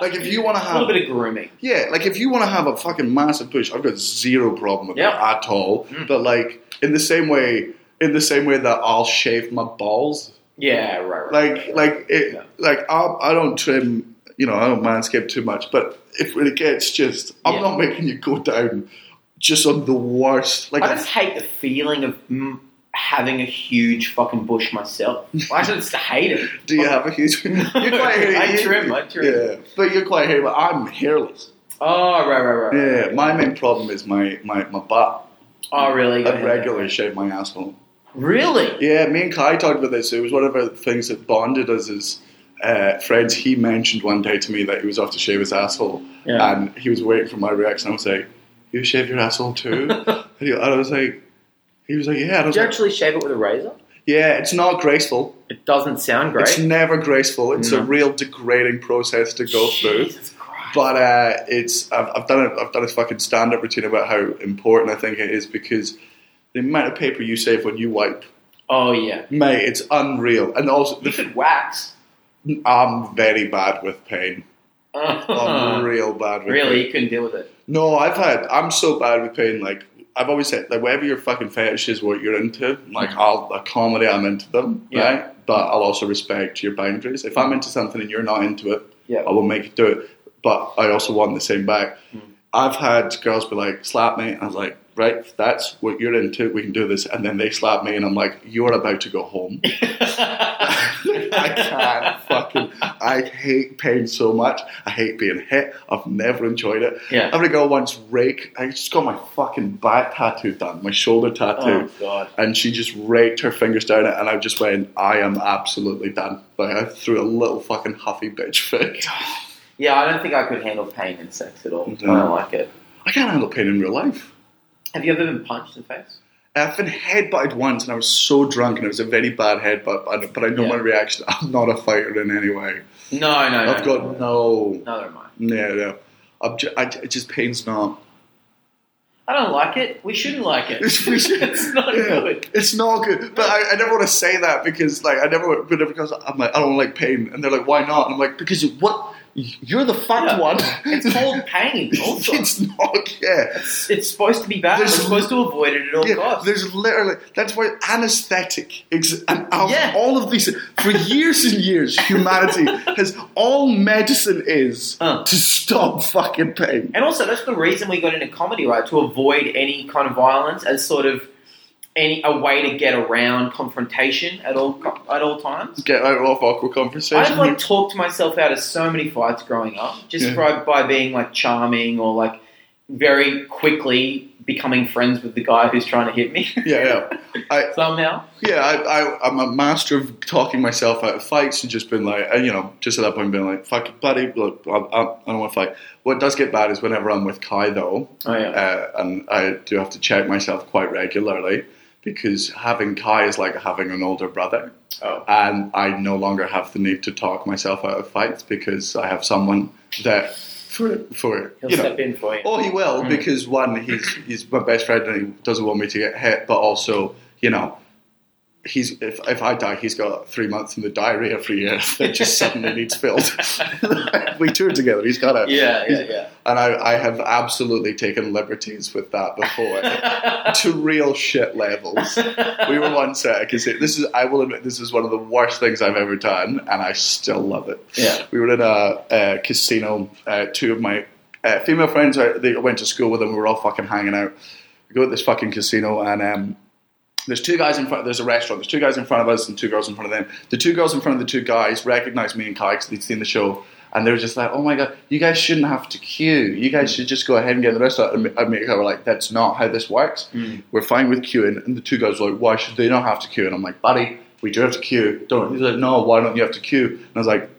Speaker 3: like if you want to
Speaker 4: A little
Speaker 3: have,
Speaker 4: bit of grooming.
Speaker 3: yeah, like if you want to have a fucking massive bush, I've got zero problem with
Speaker 4: Yeah. Mm.
Speaker 3: that at all. But like in the same way, in the same way that I'll shave my balls.
Speaker 4: Yeah, right, right. right,
Speaker 3: like
Speaker 4: right.
Speaker 3: like it,
Speaker 4: Yeah.
Speaker 3: like I, I don't trim you know I don't manscape too much but if it gets just I'm
Speaker 4: Yeah.
Speaker 3: not making you go down just on the worst like
Speaker 4: I just hate the feeling of mm, having a huge fucking bush myself. I just hate it.
Speaker 3: do you have a huge you're quite hairy
Speaker 4: I
Speaker 3: you-
Speaker 4: trim, I trim.
Speaker 3: yeah but you're quite hairy but I'm hairless
Speaker 4: Oh, right, right, right. right,
Speaker 3: yeah
Speaker 4: right.
Speaker 3: my main problem is my my, my butt
Speaker 4: Oh, really?
Speaker 3: I regularly shave my asshole
Speaker 4: Really?
Speaker 3: Yeah, me and Kai talked about this. It was one of the things that bonded us as uh, friends. He mentioned one day to me that he was off to shave his asshole,
Speaker 4: Yeah.
Speaker 3: and he was waiting for my reaction. I was like, "You shave your asshole too?" and, he, and I was like, "He was like, yeah." And I was
Speaker 4: Did you
Speaker 3: like,
Speaker 4: actually shave it with a razor?
Speaker 3: yeah, it's not graceful.
Speaker 4: It doesn't sound great.
Speaker 3: It's never graceful. It's a
Speaker 4: No.
Speaker 3: real degrading process to go through.
Speaker 4: Jesus Christ.
Speaker 3: But uh, it's I've, I've done a, I've done a fucking stand up routine about how important I think it is because the amount of paper you save when you wipe,
Speaker 4: Oh, yeah.
Speaker 3: mate, it's unreal. And also
Speaker 4: You
Speaker 3: the
Speaker 4: could wax.
Speaker 3: I'm very bad with pain. I'm real bad with
Speaker 4: really,
Speaker 3: pain.
Speaker 4: you couldn't deal with it.
Speaker 3: No, I've had. I'm so bad with pain. Like I've always said, like whatever your fucking fetish is, what you're into, like I'll accommodate. I'm into them,
Speaker 4: Hmm. Yeah. Hmm.
Speaker 3: right? But I'll also respect your boundaries. If I'm into something and you're not into it,
Speaker 4: Yeah.
Speaker 3: I will make you do it. But I also want the same back.
Speaker 4: Hmm.
Speaker 3: I've had girls be like, "Slap me." I was like, "Right, if that's what you're into. We can do this." And then they slap me, and I'm like, "You're about to go home." I can't fucking. I hate pain so much. I hate being hit. I've never enjoyed it.
Speaker 4: Yeah.
Speaker 3: I've got once rake. I just got my fucking back tattoo done, my shoulder tattoo,
Speaker 4: Oh god.
Speaker 3: and she just raked her fingers down it, and I just went, I am absolutely done. Like I threw a little fucking huffy bitch fit.
Speaker 4: Yeah, I don't think I could handle pain in sex at all.
Speaker 3: No.
Speaker 4: I don't like it.
Speaker 3: I can't handle pain in real life.
Speaker 4: Have you ever been punched in the face?
Speaker 3: I've been headbutted once, and I was so drunk, and it was a very bad headbutt. But, but I know
Speaker 4: Yeah.
Speaker 3: my reaction. I'm not a fighter in any way.
Speaker 4: No, no, no.
Speaker 3: I've got no,
Speaker 4: Neither am I.
Speaker 3: no, no. I'm ju- I, it just pains not.
Speaker 4: I don't like it. We shouldn't like it.
Speaker 3: We should-
Speaker 4: it's not
Speaker 3: Yeah,
Speaker 4: good.
Speaker 3: It's not good. But I, I never want to say that because, like, I never would would ever because I'm like, I don't like pain, and they're like, why not? And I'm like, because you, what? You're the fucked
Speaker 4: Yeah.
Speaker 3: one.
Speaker 4: It's called pain. Also,
Speaker 3: it's not. Yeah.
Speaker 4: it's supposed to be bad. We're
Speaker 3: There's-
Speaker 4: supposed to avoid it at all
Speaker 3: Yeah,
Speaker 4: costs.
Speaker 3: there's literally that's why anesthetic ex- and al-
Speaker 4: Yeah.
Speaker 3: all of these for years and years humanity has all medicine is
Speaker 4: Uh.
Speaker 3: to stop fucking pain.
Speaker 4: And also, that's the reason we got into comedy, right? To avoid any kind of violence as sort of any a way to get around confrontation at all co- at all times.
Speaker 3: Get out of awkward conversation.
Speaker 4: I've like talked myself out of so many fights growing up, just
Speaker 3: Yeah.
Speaker 4: by, by being like charming or like very quickly becoming friends with the guy who's trying to hit me
Speaker 3: yeah, yeah. I,
Speaker 4: somehow.
Speaker 3: Yeah, I, I, I'm a master of talking myself out of fights and just been like, uh, you know, just at that point being like, fuck it, buddy, look, I, I, I don't want to fight. What does get bad is whenever I'm with Kai, though,
Speaker 4: Oh yeah,
Speaker 3: uh, and I do have to check myself quite regularly because having Kai is like having an older brother.
Speaker 4: Oh.
Speaker 3: And I no longer have the need to talk myself out of fights because I have someone that, for, for
Speaker 4: he'll
Speaker 3: you know,
Speaker 4: step in for you.
Speaker 3: Oh, he will
Speaker 4: Mm.
Speaker 3: because one, he's he's my best friend and he doesn't want me to get hit. But also, you know, he's if if I die, he's got three months in the diary every year that just suddenly needs filled. we toured together. He's got a
Speaker 4: yeah,
Speaker 3: he's-
Speaker 4: yeah,
Speaker 3: and I, I have absolutely taken liberties with that before
Speaker 4: yeah.
Speaker 3: to real shit levels. We were once at a casino. This is I will admit this is one of the worst things I've ever done, and I still love it
Speaker 4: yeah.
Speaker 3: we were in a, uh casino. Uh, two of my uh, female friends, uh, they went to school with them. We were all fucking hanging out. We go to this fucking casino, and um, there's two guys in front. There's a restaurant. There's two guys in front of us and two girls in front of them. The two girls in front of the two guys recognized me and Kai because they'd seen the show. And they were just like, "Oh my god, you guys shouldn't have to queue. You guys should just go ahead and get the restaurant." And me- and me and Kai were like, "That's not how this works. We're fine with queuing." And the two guys were like, "Why should they not have to queue?" And I'm like, "Buddy, we do have to queue. Don't." He's like, "No, why don't you have to queue?" And I was like,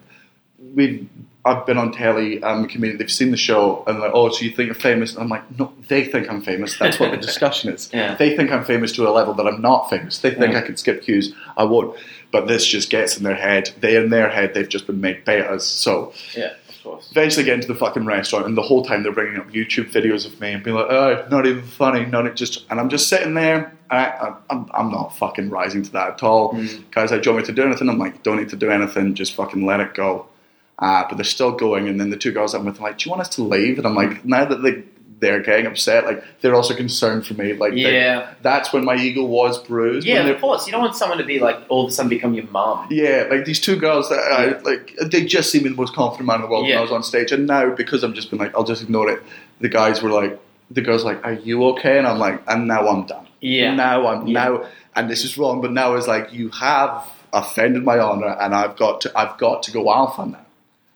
Speaker 3: we've I've been on telly, I'm a comedian, they've seen the show and they're like, Oh, so you think you're famous? And I'm like, No, they think I'm famous. That's what the discussion is.
Speaker 4: Yeah.
Speaker 3: They think I'm famous to a level that I'm not famous. They think
Speaker 4: Yeah.
Speaker 3: I can skip cues. I won't. But this just gets in their head. They in their head they've just been made betas. So
Speaker 4: Yeah, of course.
Speaker 3: eventually get into the fucking restaurant and the whole time they're bringing up YouTube videos of me and being like, oh, not even funny, not it just, and I'm just sitting there and I, I'm, I'm not fucking rising to that at all.
Speaker 4: Mm.
Speaker 3: Guys, like, do you want me to do anything? I'm like, don't need to do anything, just fucking let it go. Uh, but they're still going and then the two girls I'm with are like, do you want us to leave? And I'm like, now that they, they're getting upset, like they're also concerned for me. Like, they-
Speaker 4: Yeah,
Speaker 3: that's when my ego was bruised. when
Speaker 4: yeah,
Speaker 3: they're-
Speaker 4: of course. You don't want someone to be like all of a sudden become your mum.
Speaker 3: yeah, like these two girls that I
Speaker 4: Yeah.
Speaker 3: like, they just seemed the most confident man in the world when
Speaker 4: Yeah.
Speaker 3: I was on stage. And now, because I've just been like, I'll just ignore it. The guys were like, the girls like, "Are you okay?" And I'm like, "And now I'm done.
Speaker 4: Yeah.
Speaker 3: Now I'm
Speaker 4: Yeah.
Speaker 3: now, and this is wrong. But now it's like you have offended my honor, and I've got to, I've got to go alpha now.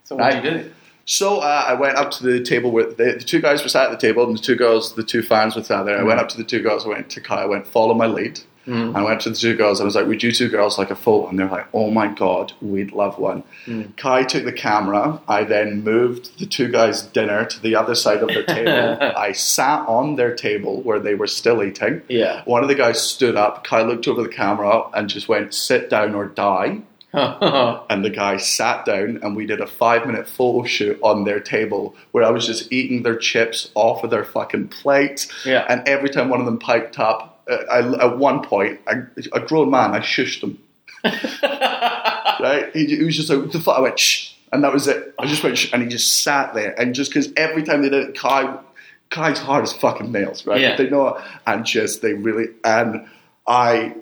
Speaker 4: So what
Speaker 3: Right.
Speaker 4: do you do?
Speaker 3: So uh, I went up to the table where the, the two guys were sat at the table, and the two girls, the two fans were sat there. I went up to the two girls. I went to Kai. I went, "Follow my lead." And I went to the two girls. I was like, "Would you two girls like a photo?" And they're like, "Oh my god, we'd love one." Kai took the camera. I then moved the two guys' dinner to the other side of the table. I sat on their table where they were still eating.
Speaker 4: Yeah.
Speaker 3: One of the guys stood up. Kai looked over the camera and just went, "Sit down or die."
Speaker 4: Oh,
Speaker 3: and the guy sat down and we did a five minute photo shoot on their table where I was just eating their chips off of their fucking plate.
Speaker 4: Yeah.
Speaker 3: And every time one of them piped up, uh, I, at one point, I, a grown man, I shushed him. right? He, he was just like, "What the fuck? I went, shh. and that was it. I just went, sh- and he just sat there, and just because every time they did it, Kai, Kai's hard as fucking nails, right?
Speaker 4: Yeah.
Speaker 3: They know, it. and just they really, and I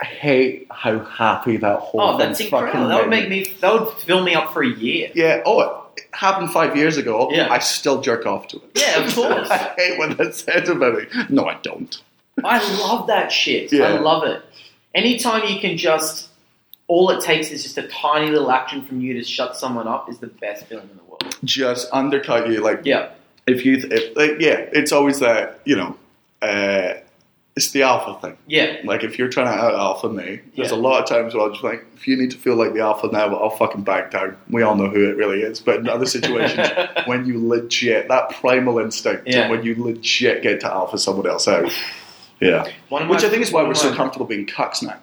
Speaker 3: hate how happy that whole.
Speaker 4: Oh, that's
Speaker 3: thing
Speaker 4: incredible.
Speaker 3: fucking
Speaker 4: That would
Speaker 3: made
Speaker 4: make me. That would fill me up for a year.
Speaker 3: Yeah. Oh, it happened five years ago.
Speaker 4: Yeah.
Speaker 3: I still jerk off to it.
Speaker 4: Yeah, of course.
Speaker 3: I hate when that's said about me. No, I don't.
Speaker 4: I love that shit.
Speaker 3: Yeah.
Speaker 4: I love it. Anytime you can just, all it takes is just a tiny little action from you to shut someone up is the best feeling in the world.
Speaker 3: Just undercut you like
Speaker 4: Yeah,
Speaker 3: if you if like yeah it's always that you know uh it's the alpha thing
Speaker 4: yeah,
Speaker 3: like if you're trying to out alpha me there's
Speaker 4: Yeah.
Speaker 3: a lot of times where i'll just like if you need to feel like the alpha now i'll fucking back down we all know who it really is but in other situations when you legit that primal instinct
Speaker 4: Yeah.
Speaker 3: when you legit get to alpha someone else out yeah
Speaker 4: One of
Speaker 3: which
Speaker 4: my-
Speaker 3: i think is why
Speaker 4: one
Speaker 3: we're
Speaker 4: of
Speaker 3: so
Speaker 4: my-
Speaker 3: comfortable being cucks now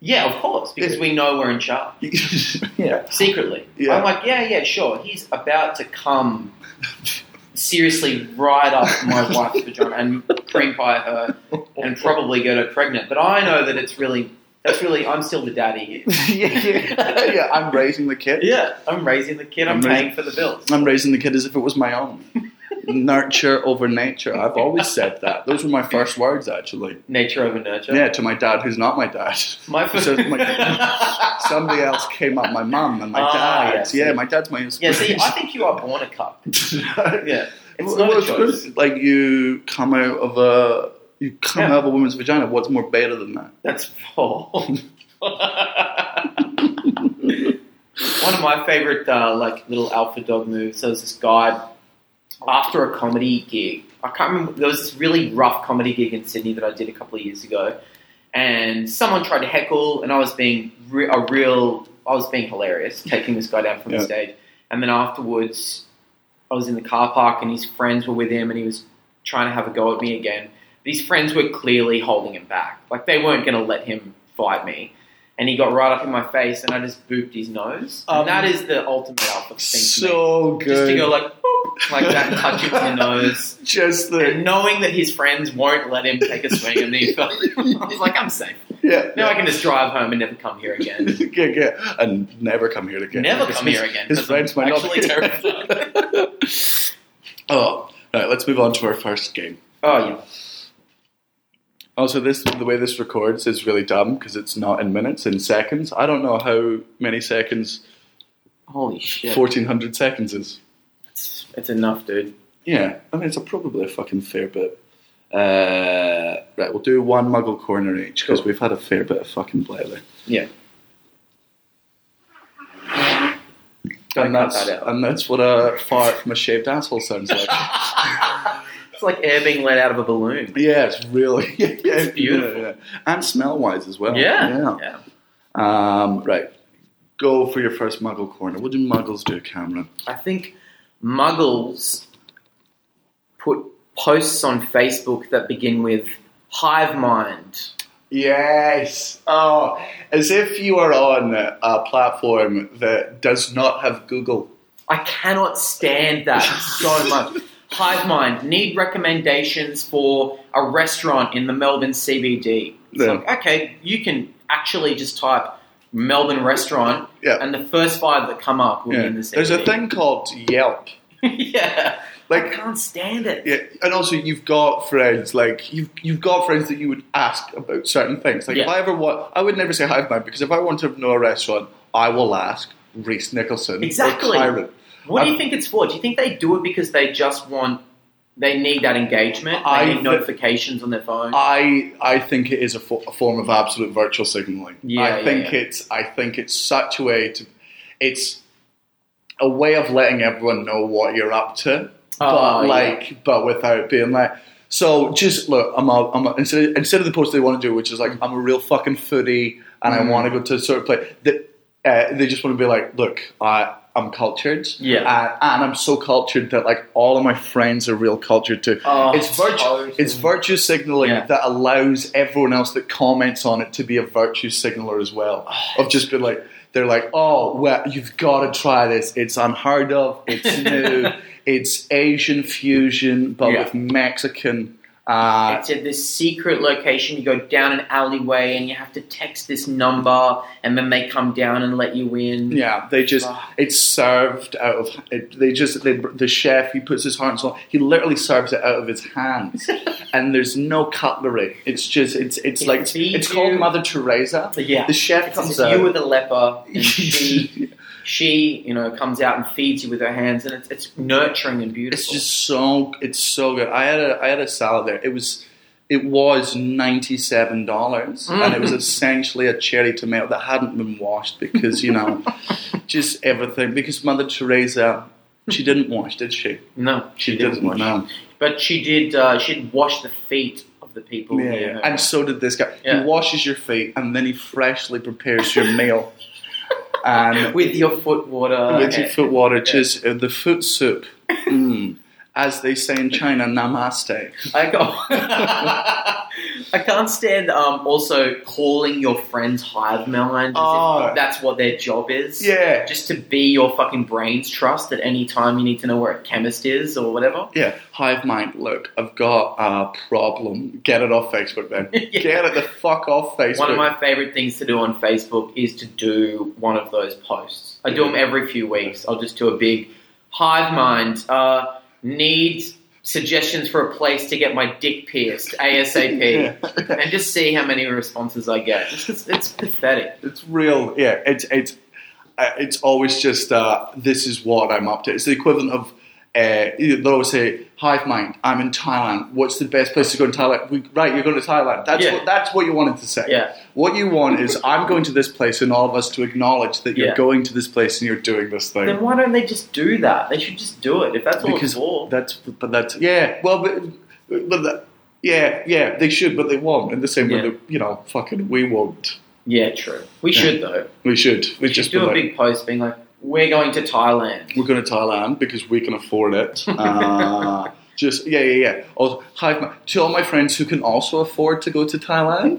Speaker 4: Yeah, of course, because
Speaker 3: Yeah.
Speaker 4: we know we're in charge
Speaker 3: yeah
Speaker 4: secretly.
Speaker 3: Yeah.
Speaker 4: I'm like, yeah, yeah, sure. He's about to come seriously right up my wife's vagina and cream pie her and probably get her pregnant. But I know that it's really, that's really, I'm still the daddy here.
Speaker 3: yeah, yeah, I'm raising the kid.
Speaker 4: Yeah, I'm raising the kid. I'm,
Speaker 3: I'm raising-
Speaker 4: paying for the bills.
Speaker 3: I'm raising the kid as if it was my own. Nurture over nature. I've always said that. Those were my first words, actually.
Speaker 4: Nature over nurture.
Speaker 3: Yeah, to my dad, who's not my dad.
Speaker 4: My first.
Speaker 3: So, like- Somebody else came up my mum and my
Speaker 4: Ah,
Speaker 3: dad.
Speaker 4: yes.
Speaker 3: yeah, my dad's my
Speaker 4: yeah,
Speaker 3: inspiration.
Speaker 4: see, I think you are born a cup. Yeah, it's
Speaker 3: Well,
Speaker 4: not a
Speaker 3: it's good.
Speaker 4: choice.
Speaker 3: Like you come out of a you come
Speaker 4: Yeah.
Speaker 3: out of a woman's vagina. What's more better than that?
Speaker 4: That's Paul. One of my favorite uh, like little alpha dog moves. There was this guy after a comedy gig. I can't remember. There was this really rough comedy gig in Sydney that I did a couple of years ago, and someone tried to heckle, and I was being re- a real. I was being hilarious, taking this guy down from
Speaker 3: Yeah.
Speaker 4: the stage, and then afterwards, I was in the car park, and his friends were with him, and he was trying to have a go at me again. These friends were clearly holding him back. Like they weren't going to let him fight me. And he got right up in my face, and I just booped his nose.
Speaker 3: Um,
Speaker 4: and that is the ultimate alpha thing. to me.
Speaker 3: So good.
Speaker 4: Just to go like boop, like that, and touch him on the nose,
Speaker 3: Just
Speaker 4: and
Speaker 3: the
Speaker 4: knowing that his friends won't let him take a swing at me. I was like, I'm safe.
Speaker 3: yeah.
Speaker 4: Now I can just drive home and never come here again.
Speaker 3: yeah, yeah, and never come here again.
Speaker 4: Never
Speaker 3: Because
Speaker 4: come
Speaker 3: his-
Speaker 4: here again.
Speaker 3: His
Speaker 4: 'cause
Speaker 3: friends
Speaker 4: I'm
Speaker 3: might not
Speaker 4: actually
Speaker 3: be-
Speaker 4: terrified.
Speaker 3: Oh, right. Let's move on to our first game.
Speaker 4: Oh yeah,
Speaker 3: Also, this the way this records is really dumb because it's not in minutes, in seconds. I don't know how many seconds
Speaker 4: holy shit!
Speaker 3: fourteen hundred seconds is.
Speaker 4: It's, it's enough, dude.
Speaker 3: Yeah, I mean it's a, probably a fucking fair bit. Uh, right, we'll do one Muggle corner each because we've had a fair bit of fucking blather.
Speaker 4: Yeah. cut
Speaker 3: And that's,
Speaker 4: that out.
Speaker 3: and that's what a fart from a shaved asshole sounds like.
Speaker 4: It's like air being let out of a balloon.
Speaker 3: yeah, it's really yeah, yeah,
Speaker 4: beautiful.
Speaker 3: yeah. and smell wise as well.
Speaker 4: Yeah, yeah.
Speaker 3: Um, right. Go for your first muggle corner. What do muggles do, Cameron?
Speaker 4: I think muggles put posts on Facebook that begin with hive mind.
Speaker 3: Yes. Oh, as if you are on a platform that does not have Google.
Speaker 4: I cannot stand that so much. Hive mind need recommendations for a restaurant in the Melbourne CBD. It's
Speaker 3: Yeah.
Speaker 4: like, okay, you can actually just type Melbourne restaurant,
Speaker 3: Yeah.
Speaker 4: and the first five that come up will be
Speaker 3: Yeah.
Speaker 4: in the CBD.
Speaker 3: There's a thing called Yelp.
Speaker 4: yeah, I
Speaker 3: Like,
Speaker 4: can't stand it.
Speaker 3: yeah, and also you've got friends like you've you've got friends that you would ask about certain things. Like if
Speaker 4: Yeah.
Speaker 3: I ever want, I would never say hive mind because if I want to know a restaurant, I will ask Reese Nicholson or
Speaker 4: Exactly.
Speaker 3: Kyron.
Speaker 4: What do you
Speaker 3: Um,
Speaker 4: think it's for? Do you think they do it because they just want they need that engagement? They
Speaker 3: I
Speaker 4: need
Speaker 3: thi-
Speaker 4: notifications on their phone.
Speaker 3: I I think it is a, fo- a form of absolute virtual signaling.
Speaker 4: Yeah,
Speaker 3: I
Speaker 4: yeah,
Speaker 3: think
Speaker 4: yeah.
Speaker 3: it's I think it's such a way to it's a way of letting everyone know what you're up to,
Speaker 4: Oh,
Speaker 3: but
Speaker 4: yeah.
Speaker 3: like but without being like. So just look, I'm a, I'm a, instead instead of the post they want to do, which is like I'm a real fucking foodie and
Speaker 4: Mm.
Speaker 3: I want to go to a certain place. That uh, they just want to be like, look, I I'm cultured,
Speaker 4: Yeah.
Speaker 3: and, and I'm so cultured that like all of my friends are real cultured too.
Speaker 4: Oh,
Speaker 3: it's virtu-
Speaker 4: totally.
Speaker 3: it's virtue signaling
Speaker 4: Yeah.
Speaker 3: that allows everyone else that comments on it to be a virtue signaler as well.
Speaker 4: Oh,
Speaker 3: Of just being like, they're like, oh, well, you've got to try this. It's unheard of. It's new. it's Asian fusion, but
Speaker 4: Yeah.
Speaker 3: with Mexican.
Speaker 2: Uh,
Speaker 4: It said this secret location. You go down an alleyway and you have to text this number, and then they come down and let you in.
Speaker 3: Yeah, they just
Speaker 4: Ah.
Speaker 3: it's served out of it, they just they, the chef he puts his heart and soul he literally serves it out of his hands and there's no cutlery it's just it's it's
Speaker 4: It
Speaker 3: like
Speaker 4: could be
Speaker 3: it's called
Speaker 4: you.
Speaker 3: Mother Teresa
Speaker 4: But yeah,
Speaker 3: the chef
Speaker 4: it's as
Speaker 3: comes
Speaker 4: if you
Speaker 3: out
Speaker 4: were the leper, and she, she, you know, comes out and feeds you with her hands, and it's, it's nurturing and beautiful.
Speaker 3: it's just so it's so good I had a I had a salad there it was it was ninety seven dollars and it was essentially a cherry tomato that hadn't been washed because you know just everything because Mother Teresa she didn't wash did she
Speaker 4: no, she, didn't.
Speaker 3: wash. no.
Speaker 4: But she did. Uh, she'd wash the feet of the people.
Speaker 3: Yeah,
Speaker 4: near
Speaker 3: yeah.
Speaker 4: her.
Speaker 3: and so did this guy.
Speaker 4: Yeah.
Speaker 3: He washes your feet and then he freshly prepares your meal. and
Speaker 4: with your foot water.
Speaker 3: with your
Speaker 4: and-
Speaker 3: foot water, just uh, the foot soup. Mm. As they say in China, namaste.
Speaker 4: I go. I can't stand um, also calling your friends hive mind. as if
Speaker 3: Oh.
Speaker 4: that's what their job is.
Speaker 3: Yeah.
Speaker 4: Just to be your fucking brain's trust at any time you need to know where a chemist is or whatever.
Speaker 3: Yeah, hive mind. Look, I've got a problem. Get it off Facebook, then.
Speaker 4: Yeah.
Speaker 3: Get it the fuck off Facebook.
Speaker 4: One of my favorite things to do on Facebook is to do one of those posts. I do them every few weeks. I'll just do a big hive mind. Uh, need suggestions for a place to get my dick pierced ASAP, and just see how many responses I get. It's, it's, it's pathetic.
Speaker 3: It's real. Yeah, it's it's uh, it's always just uh, this is what I'm up to. It's the equivalent of uh, they always say hive mind. I'm in Thailand. What's the best place to go in Thailand? We, right, you're going to Thailand. That's
Speaker 4: Yeah.
Speaker 3: what that's what you wanted to say.
Speaker 4: Yeah.
Speaker 3: What you want is I'm going to this place, and all of us to acknowledge that you're
Speaker 4: Yeah.
Speaker 3: going to this place and you're doing this thing.
Speaker 4: Then why don't they just do that? They should just do it if that's all
Speaker 3: because
Speaker 4: it's for.
Speaker 3: that's but that's yeah. Well, but, but that, yeah, yeah, they should, but they won't. In the same way
Speaker 4: Yeah.
Speaker 3: that you know, fucking, we won't.
Speaker 4: yeah, true. We should though.
Speaker 3: We should. We just
Speaker 4: Just
Speaker 3: be
Speaker 4: do a
Speaker 3: like-
Speaker 4: big post being like, "We're going to Thailand."
Speaker 3: We're going to Thailand because we can afford it. Uh, just yeah, yeah, yeah. Also, hi, my- to all my friends who can also afford to go to Thailand,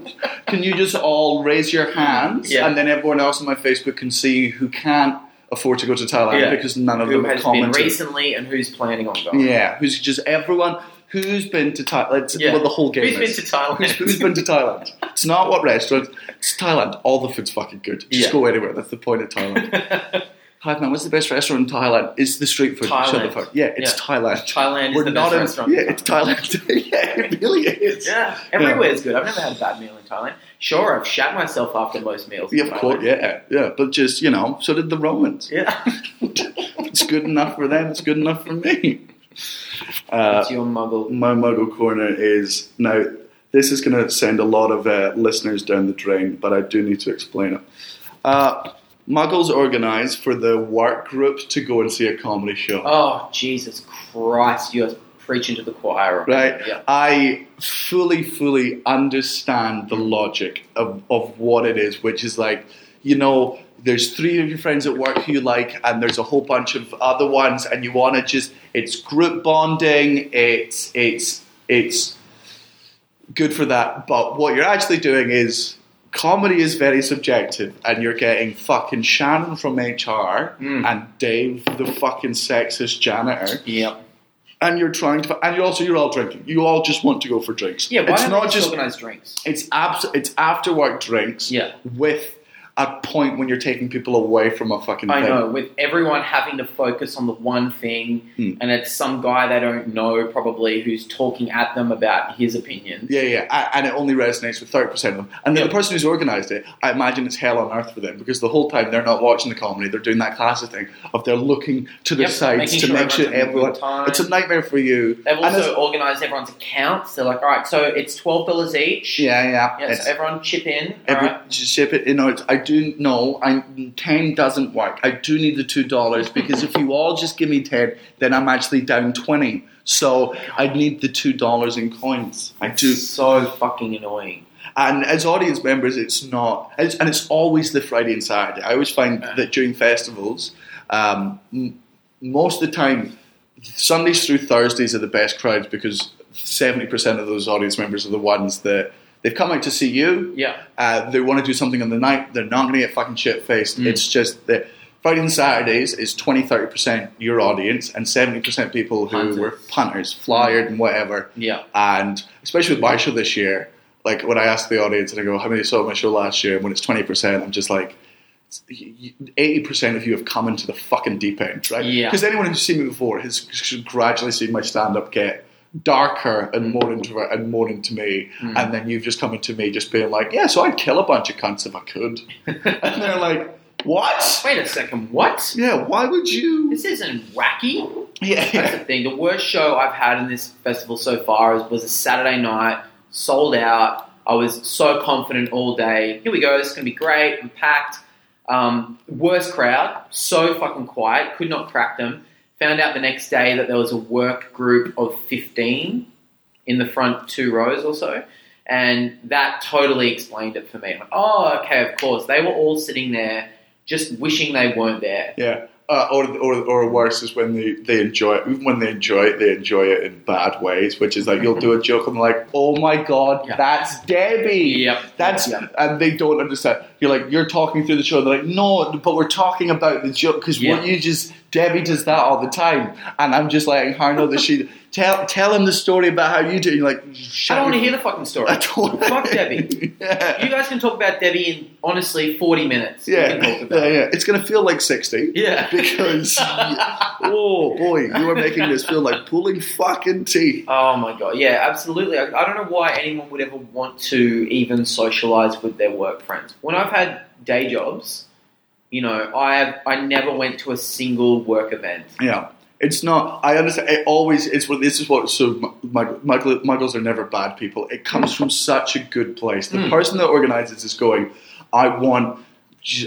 Speaker 3: can you just all raise your hands,
Speaker 4: Yeah.
Speaker 3: and then everyone else on my Facebook can see who can't afford to go to Thailand
Speaker 4: Yeah.
Speaker 3: because none of
Speaker 4: Who
Speaker 3: them have
Speaker 4: has been
Speaker 3: commented.
Speaker 4: recently and who's planning on going?
Speaker 3: Yeah, who's just everyone who's been to Thailand. It's
Speaker 4: Yeah.
Speaker 3: what the whole game
Speaker 4: Who's
Speaker 3: is.
Speaker 4: been to Thailand?
Speaker 3: Who's- who's been to Thailand? It's not what restaurants. It's Thailand. All the food's fucking good. Just
Speaker 4: Yeah.
Speaker 3: go anywhere. That's the point of Thailand. Hi, man. What's the best restaurant in Thailand? It's the street food. Shut the
Speaker 4: Thailand.
Speaker 3: fuck. Yeah, it's
Speaker 4: Yeah.
Speaker 3: Thailand.
Speaker 4: Thailand is the best
Speaker 3: in-
Speaker 4: restaurant.
Speaker 3: Yeah, it's Thailand. yeah, it really is.
Speaker 4: Yeah, everywhere's good. I've never had a bad meal in Thailand. Sure, I've shat myself after most meals. in
Speaker 3: Yeah, of course.
Speaker 4: Thailand.
Speaker 3: Yeah, yeah. But just you know, so did the Romans.
Speaker 4: Yeah.
Speaker 3: It's good enough for them. It's good enough for me. Uh,
Speaker 4: That's your muggle.
Speaker 3: my muggle corner is now. This is going to send a lot of uh, listeners down the drain, but I do need to explain it. Uh, muggles organise for the work group to go and see a comedy show.
Speaker 4: Oh, Jesus Christ, you're preaching to the choir.
Speaker 3: right? Uh,
Speaker 4: Yeah.
Speaker 3: I fully, fully understand the logic of, of what it is, which is like, you know, there's three of your friends at work who you like, and there's a whole bunch of other ones, and you want to just, it's group bonding, it's, it's, it's good for that. But what you're actually doing is, Comedy is very subjective, and you're getting fucking Shannon from HR
Speaker 4: Mm.
Speaker 3: and Dave, the fucking sexist janitor,
Speaker 4: Yep.
Speaker 3: and you're trying to, and you also you're all drinking. You all just want to go for drinks.
Speaker 4: Yeah, why
Speaker 3: it's
Speaker 4: don't
Speaker 3: not
Speaker 4: they just
Speaker 3: just
Speaker 4: organize drinks?
Speaker 3: it's abs- it's after work drinks.
Speaker 4: Yeah.
Speaker 3: with a point when you're taking people away from a fucking
Speaker 4: I
Speaker 3: thing.
Speaker 4: know, with everyone having to focus on the one thing,
Speaker 3: Hmm.
Speaker 4: and it's some guy they don't know probably who's talking at them about his opinions.
Speaker 3: Yeah, yeah, a- and it only resonates with thirty percent of them. And then the
Speaker 4: Yeah.
Speaker 3: person who's organised it, I imagine it's hell on earth for them because the whole time they're not watching the comedy, they're doing that classic thing of they're looking to the
Speaker 4: Yep,
Speaker 3: sides
Speaker 4: making
Speaker 3: to
Speaker 4: sure
Speaker 3: make sure
Speaker 4: everyone's having a
Speaker 3: everyone.
Speaker 4: good time.
Speaker 3: It's a nightmare for you.
Speaker 4: They've
Speaker 3: and
Speaker 4: also
Speaker 3: it's-
Speaker 4: organised everyone's accounts. They're like, all right, so it's twelve dollars each.
Speaker 3: yeah, yeah,
Speaker 4: Yeah,
Speaker 3: it's-
Speaker 4: so everyone chip in. all
Speaker 3: Every,
Speaker 4: right.
Speaker 3: just ship it. You know, it's, I do know. I ten doesn't work. I do need the two dollars because if you all just give me ten, then I'm actually down twenty. So I need the two dollars in coins. I do.
Speaker 4: It's so fucking annoying.
Speaker 3: And as audience members, it's not. It's, and it's always the Friday and Saturday. I always find that during festivals, um, m- most of the time, Sundays through Thursdays are the best crowds because seventy percent of those audience members are the ones that they've come out to see you.
Speaker 4: Yeah. Mm.
Speaker 3: Uh, they want to do something on the night. They're not going to get fucking shit faced. It's just that Friday and Saturdays is 20 30% your audience and 70% people who
Speaker 4: Punters.
Speaker 3: were punters, flyered, and whatever.
Speaker 4: Yeah.
Speaker 3: And especially with my show this year, like when I ask the audience and I go, how many saw my show last year? And when it's 20%, I'm just like, 80% of you have come into the fucking deep end, right?
Speaker 4: Yeah.
Speaker 3: Because anyone who's seen me before has gradually seen my stand up get darker
Speaker 4: Mm.
Speaker 3: and more introvert and more into me. And then you've just come into me just being like, yeah, so I'd kill a bunch of cunts if I could. and they're like, what?
Speaker 4: Wait a second, what?
Speaker 3: Yeah, why would you?
Speaker 4: This isn't wacky.
Speaker 3: Yeah,
Speaker 4: That's the thing. The worst show I've had in this festival so far is, was a Saturday night, sold out. I was so confident all day. Here we go. This is going to be great. I'm packed. Um, worst crowd. So fucking quiet. Could not crack them. Found out the next day that there was a work group of 15 in the front two rows or so. And that totally explained it for me. Like, oh, okay, of course. They were all sitting there just wishing they weren't there.
Speaker 3: yeah. Uh, or, or, or worse is when they, they enjoy it. Even when they enjoy it, they enjoy it in bad ways, which is like you'll do a joke and they're like, oh my god,
Speaker 4: Mm-hmm. Yeah.
Speaker 3: that's Debbie.
Speaker 4: Yep.
Speaker 3: That's
Speaker 4: Yep.
Speaker 3: and they don't understand. You're like you're talking through the show. They're like, no, but we're talking about the joke because
Speaker 4: Yeah.
Speaker 3: what you just Debbie does that all the time, and I'm just like, I know that she tell tell him the story about how you do. You're like,
Speaker 4: I don't want to hear the fucking story.
Speaker 3: I don't wanna-
Speaker 4: Fuck Debbie.
Speaker 3: yeah.
Speaker 4: You guys can talk about Debbie in honestly forty minutes. We
Speaker 3: Yeah,
Speaker 4: can talk
Speaker 3: yeah,
Speaker 4: about it.
Speaker 3: yeah. It's gonna feel like sixty.
Speaker 4: Yeah.
Speaker 3: Because oh boy, you are making this feel like pulling fucking teeth.
Speaker 4: Oh my god, yeah, absolutely. I, I don't know why anyone would ever want to even socialize with their work friends. When I've had day jobs, you know, I have, I never went to a single work event.
Speaker 3: Yeah. It's not. I understand. It always. It's what this is. What so mug- mug- muggles are never bad people. It comes from such a good place. The
Speaker 4: Mm.
Speaker 3: person that organizes is going. I want.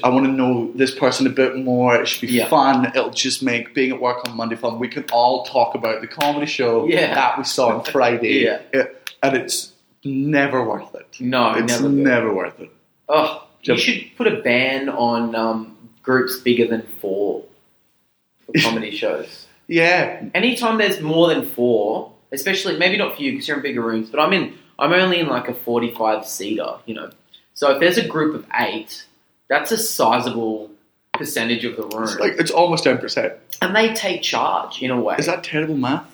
Speaker 3: I want to know this person a bit more. It should be
Speaker 4: Yeah.
Speaker 3: fun. It'll just make being at work on Monday fun. We can all talk about the comedy show
Speaker 4: Yeah.
Speaker 3: that we saw on Friday.
Speaker 4: Yeah.
Speaker 3: It- and it's never worth it.
Speaker 4: No,
Speaker 3: it's
Speaker 4: never.
Speaker 3: never,
Speaker 4: been.
Speaker 3: worth it.
Speaker 4: Ugh, you
Speaker 3: Yep.
Speaker 4: should put a ban on um, groups bigger than four for comedy shows.
Speaker 3: Yeah.
Speaker 4: anytime there's more than four, especially maybe not for you because you're in bigger rooms, but I'm in I'm only in like a 45 seater, you know. So if there's a group of eight, that's a sizable percentage of the room,
Speaker 3: It's like it's almost ten percent.
Speaker 4: and they take charge in a way.
Speaker 3: Is that terrible math?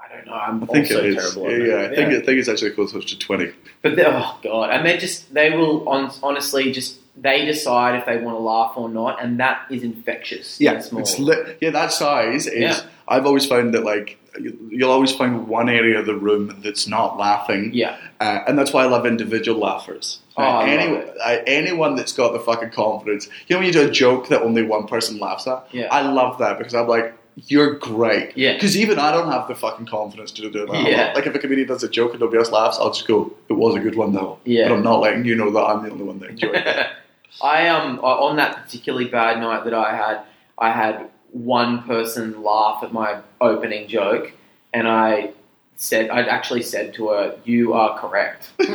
Speaker 4: I don't know. I'm
Speaker 3: I think
Speaker 4: also
Speaker 3: it is.
Speaker 4: terrible.
Speaker 3: Yeah,
Speaker 4: at that.
Speaker 3: yeah, I think I think it's actually closer to twenty.
Speaker 4: But they- oh god, and they just they will on, honestly just they decide if they want to laugh or not, and that is infectious.
Speaker 3: Yeah,
Speaker 4: and small.
Speaker 3: it's lit. Yeah, that size is.
Speaker 4: Yeah.
Speaker 3: I've always found that like you- you'll always find one area of the room that's not laughing.
Speaker 4: yeah,
Speaker 3: Uh, and that's why I love individual laughers.
Speaker 4: Oh, I love
Speaker 3: Any-
Speaker 4: it.
Speaker 3: I- anyone that's got the fucking confidence. You know when you do a joke that only one person laughs at.
Speaker 4: Yeah.
Speaker 3: I love that because I'm like, you're great.
Speaker 4: Yeah.
Speaker 3: Because even I don't have the fucking confidence to do that.
Speaker 4: Yeah.
Speaker 3: Like if a comedian does a joke and nobody else laughs, I'll just go, it was a good one though.
Speaker 4: Yeah.
Speaker 3: But I'm not letting you know that I'm the only one that enjoyed it.
Speaker 4: I um on that particularly bad night that I had, I had one person laugh at my opening joke, and I said I actually said to her, "You are correct." I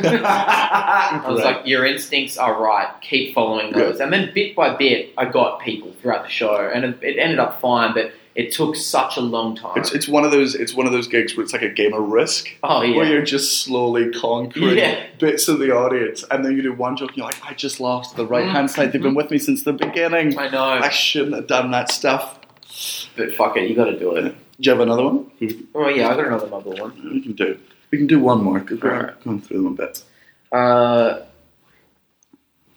Speaker 4: was
Speaker 3: Correct.
Speaker 4: like, "Your instincts are right. Keep following those." And then bit by bit, I got people throughout the show, and it, it ended up fine. But it took such a long time.
Speaker 3: It's, it's one of those it's one of those gigs where it's like a game of risk.
Speaker 4: oh yeah,
Speaker 3: Where you're just slowly conquering
Speaker 4: Yeah.
Speaker 3: bits of the audience, and then you do one joke, and you're like, I just lost the right hand side.
Speaker 4: Mm-hmm.
Speaker 3: They've been with me since the beginning.
Speaker 4: I know.
Speaker 3: I shouldn't have done that stuff.
Speaker 4: But fuck it, you got to do it.
Speaker 3: Do you have another one? We
Speaker 4: Oh yeah, I got another muggle one.
Speaker 3: can do. We can do one more because we're
Speaker 4: Alright.
Speaker 3: going through them a bit.
Speaker 4: Uh,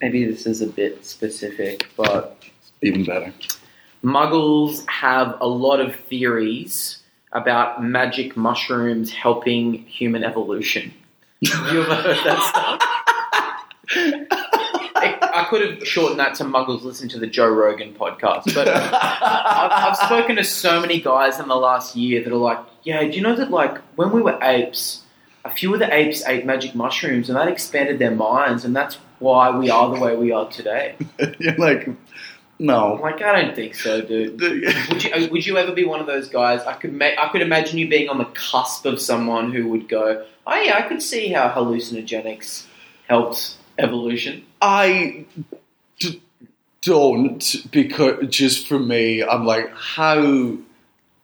Speaker 4: maybe this is a bit specific, but.
Speaker 3: Even better.
Speaker 4: Muggles have a lot of theories about magic mushrooms helping human evolution. You ever heard that stuff? I could have shortened that to Muggles listen to the Joe Rogan podcast, but uh, I've, I've spoken to so many guys in the last year that are like, yeah, do you know that like when we were apes, a few of the apes ate magic mushrooms and that expanded their minds, and that's why we are the way we are today.
Speaker 3: you're like,
Speaker 4: I'm
Speaker 3: no.
Speaker 4: like, I don't think so, dude.
Speaker 3: The-
Speaker 4: Would you, would you ever be one of those guys? I could ma- I could imagine you being on the cusp of someone who would go, oh yeah, I could see how hallucinogenics helped evolution.
Speaker 3: I d- don't because just for me, I'm like how